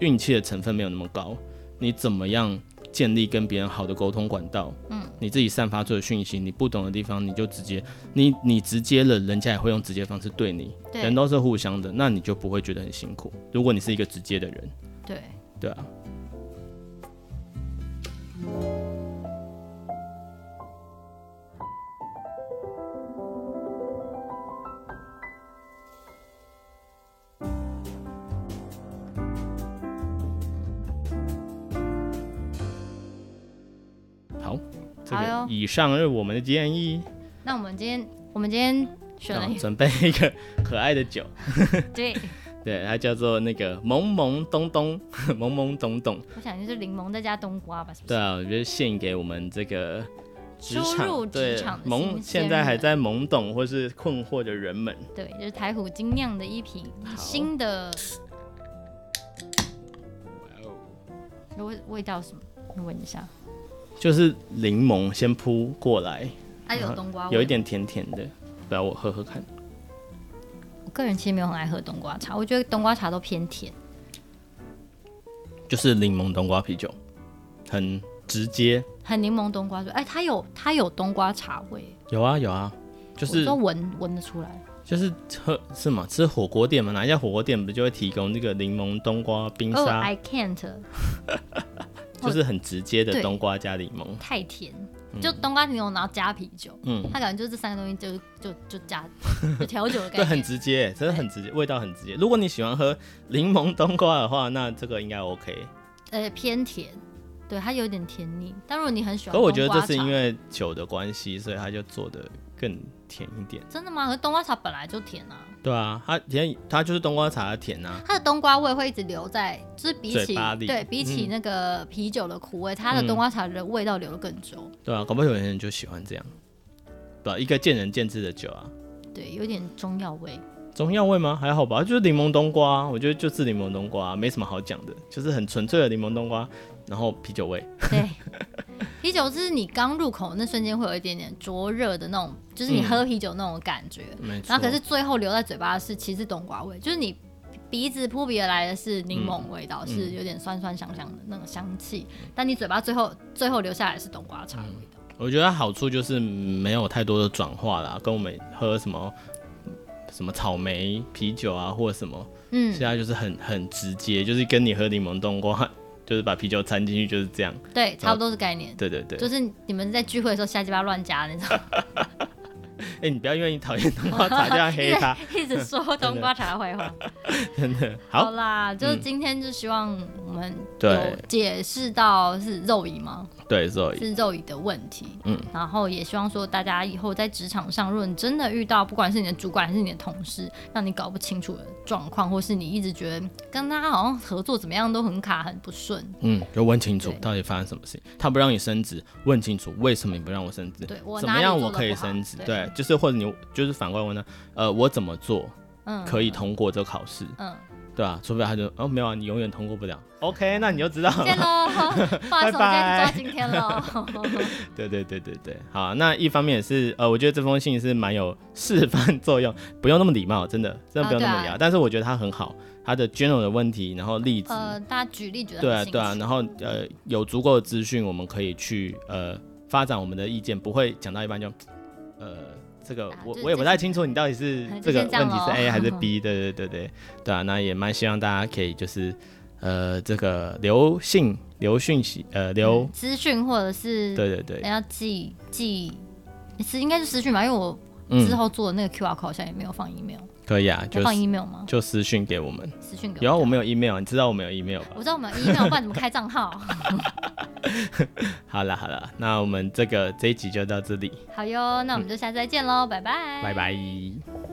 Speaker 1: 运气的成分没有那么高。你怎么样建立跟别人好的沟通管道？嗯，你自己散发出的讯息，你不懂的地方，你就直接你你直接了，人家也会用直接方式对你。
Speaker 2: 对
Speaker 1: 人都是互相的，那你就不会觉得很辛苦。如果你是一个直接的人，
Speaker 2: 对，
Speaker 1: 对啊。好，这
Speaker 2: 好
Speaker 1: 个
Speaker 2: 哟
Speaker 1: 以上是我们的建议。
Speaker 2: 那我们今天我们今天选了
Speaker 1: 好
Speaker 2: 一
Speaker 1: 准备一个可爱的酒，
Speaker 2: 对，
Speaker 1: 对，它叫做那个萌萌咚 咚，萌萌咚咚。
Speaker 2: 我想就是柠檬再加冬瓜吧，是不
Speaker 1: 对
Speaker 2: 是？
Speaker 1: 啊，我觉得献给我们这个职
Speaker 2: 初入
Speaker 1: 场
Speaker 2: 职
Speaker 1: 对
Speaker 2: 场的新
Speaker 1: 懵，
Speaker 2: 鲜
Speaker 1: 现在还
Speaker 2: 人
Speaker 1: 在懵懂或是困惑的人们。
Speaker 2: 对，就是台虎精酿的一瓶
Speaker 1: 好
Speaker 2: 新的。哦那味味道是什么？你闻一下。
Speaker 1: 就是柠檬先扑过来，
Speaker 2: 它、有冬瓜味吗，
Speaker 1: 有一点甜甜的，来我喝喝看。
Speaker 2: 我个人其实没有很爱喝冬瓜茶，我觉得冬瓜茶都偏甜。
Speaker 1: 就是柠檬冬瓜啤酒，很直接。
Speaker 2: 很柠檬冬瓜水，哎，它有它有冬瓜茶味，
Speaker 1: 有啊有啊，就
Speaker 2: 我
Speaker 1: 是
Speaker 2: 都闻闻得出来。
Speaker 1: 就是喝是吗？吃火锅店嘛，哪一家火锅店不就会提供那个柠檬冬瓜冰
Speaker 2: 哦、
Speaker 1: 沙
Speaker 2: i can't，
Speaker 1: 就是很直接的
Speaker 2: 对
Speaker 1: 冬瓜加柠檬。
Speaker 2: 太甜，就冬瓜柠檬然后加啤酒，
Speaker 1: 嗯，
Speaker 2: 它感觉就这三个东西就就就 加就调酒的
Speaker 1: 对，
Speaker 2: 概
Speaker 1: 很
Speaker 2: 念。
Speaker 1: 直接，真的很直接，味道很直接。如果你喜欢喝柠檬冬瓜的话，那这个应该 OK。
Speaker 2: 呃，偏甜，对，它有点甜腻。但如果你很喜欢
Speaker 1: 可
Speaker 2: 冬
Speaker 1: 我
Speaker 2: 瓜茶，
Speaker 1: 觉得这是因为酒的关系，所以它就做的更甜一点。
Speaker 2: 真的吗？可是冬瓜茶本来就甜啊，
Speaker 1: 对啊，它甜，它就是冬瓜茶的甜啊。
Speaker 2: 它的冬瓜味会一直留在，就是比
Speaker 1: 嘴
Speaker 2: 起
Speaker 1: 巴里
Speaker 2: 对比起
Speaker 1: 嗯
Speaker 2: 那个啤酒的苦味，它的
Speaker 1: 嗯
Speaker 2: 冬瓜茶的味道留得更久，
Speaker 1: 对啊，搞不好有些人就喜欢这样。对、啊，一个见仁见智的酒啊。
Speaker 2: 对，有点中药 味。
Speaker 1: 中药味吗？还好啊吧，就是柠檬冬瓜，我觉得就是柠檬冬瓜，没什么好讲的，就是很纯粹的柠檬冬瓜，然后啤酒味，
Speaker 2: 对，啤酒就是你刚入口那瞬间会有一点点灼热的那种，就是你喝啤酒那种感觉。
Speaker 1: 嗯没错。
Speaker 2: 然后可是最后留在嘴巴的是其实是冬瓜味，就是你鼻子扑鼻而来的是柠檬味道，
Speaker 1: 嗯
Speaker 2: 是有点酸酸香香的那种香气，但你嘴巴最后最后留下来是冬瓜茶的味道。
Speaker 1: 我觉得它好处就是没有太多的转化啦，跟我们喝什么什么草莓啤酒啊，或者什么，
Speaker 2: 嗯，
Speaker 1: 现在就是很很直接，就是跟你喝柠檬冬瓜，就是把啤酒掺进去就是这样。
Speaker 2: 对，差不多是概念。
Speaker 1: 对对对，
Speaker 2: 就是你们在聚会的时候瞎鸡巴乱加那 种，
Speaker 1: 哎、你不要因为你讨厌冬瓜茶就要黑它，
Speaker 2: 一直说冬瓜茶坏话。
Speaker 1: 真的。
Speaker 2: 好
Speaker 1: 好，嗯
Speaker 2: 啦，就是今天就希望我们有
Speaker 1: 对
Speaker 2: 解释到是肉姨吗？
Speaker 1: 对，所以
Speaker 2: 是肉椅的问题，
Speaker 1: 嗯
Speaker 2: 嗯，然后也希望说大家以后在职场上，如果你真的遇到不管是你的主管还是你的同事，让你搞不清楚的状况，或是你一直觉得跟他好像合作怎么样都很卡很不顺，
Speaker 1: 嗯，就问清楚
Speaker 2: 对
Speaker 1: 到底发生什么事情。他不让你升职，问清楚为什么你不让我升职？
Speaker 2: 对我
Speaker 1: 怎
Speaker 2: 哪
Speaker 1: 么
Speaker 2: 里
Speaker 1: 样
Speaker 2: 做
Speaker 1: 我
Speaker 2: 得
Speaker 1: 可以
Speaker 2: 不好
Speaker 1: 升职？
Speaker 2: 对
Speaker 1: 对，就是或者你就是反过来问他，呃，我怎么做
Speaker 2: 嗯，
Speaker 1: 可以，通过这个考试？
Speaker 2: 嗯，
Speaker 1: 对啊，除非他就哦没有啊，你永远通过不了。OK，那你就知道。
Speaker 2: 见 喽，不好意思，我
Speaker 1: 拜拜
Speaker 2: 们今天就到 今天喽，
Speaker 1: 对对对对对，好，那一方面也是呃，我觉得这封信是蛮有示范作用， 不用那么礼貌，真的真的
Speaker 2: 啊
Speaker 1: 不用那么
Speaker 2: 对啊
Speaker 1: 礼貌，但是我觉得它很好，它的 general 的问题，然后例子，
Speaker 2: 呃，大家举例觉得
Speaker 1: 对啊
Speaker 2: 很新
Speaker 1: 对啊，
Speaker 2: 奇
Speaker 1: 然后呃有足够的资讯，我们可以去呃发展我们的意见，不会讲到一半就呃这个
Speaker 2: 啊
Speaker 1: 我、
Speaker 2: 就
Speaker 1: 我也
Speaker 2: 就
Speaker 1: 不太清楚你到底是
Speaker 2: 就
Speaker 1: 这个
Speaker 2: 先这样
Speaker 1: 问题是
Speaker 2: 咯
Speaker 1: A 还是 B，对对对对对啊，那也蛮希望大家可以就是呃这个留信留讯息呃留
Speaker 2: 嗯，资讯或者是哎
Speaker 1: 对对对，
Speaker 2: 要记记，是应该是私讯吧，因为我之
Speaker 1: 嗯
Speaker 2: 后做的那个 QR code 好像也没有放 email，
Speaker 1: 可以啊，
Speaker 2: 要
Speaker 1: 就
Speaker 2: 放
Speaker 1: 是。
Speaker 2: email 吗？
Speaker 1: 就私讯给我们。
Speaker 2: 私讯给
Speaker 1: 有啊，
Speaker 2: 我
Speaker 1: 我们有 email，你知道我们有 email 吧
Speaker 2: 我？知道我们有 email，不然怎么开账号？
Speaker 1: 好了好了，那我们这个这一集就到这里，
Speaker 2: 好哟，那我们就下次再见喽，拜拜，
Speaker 1: 拜拜。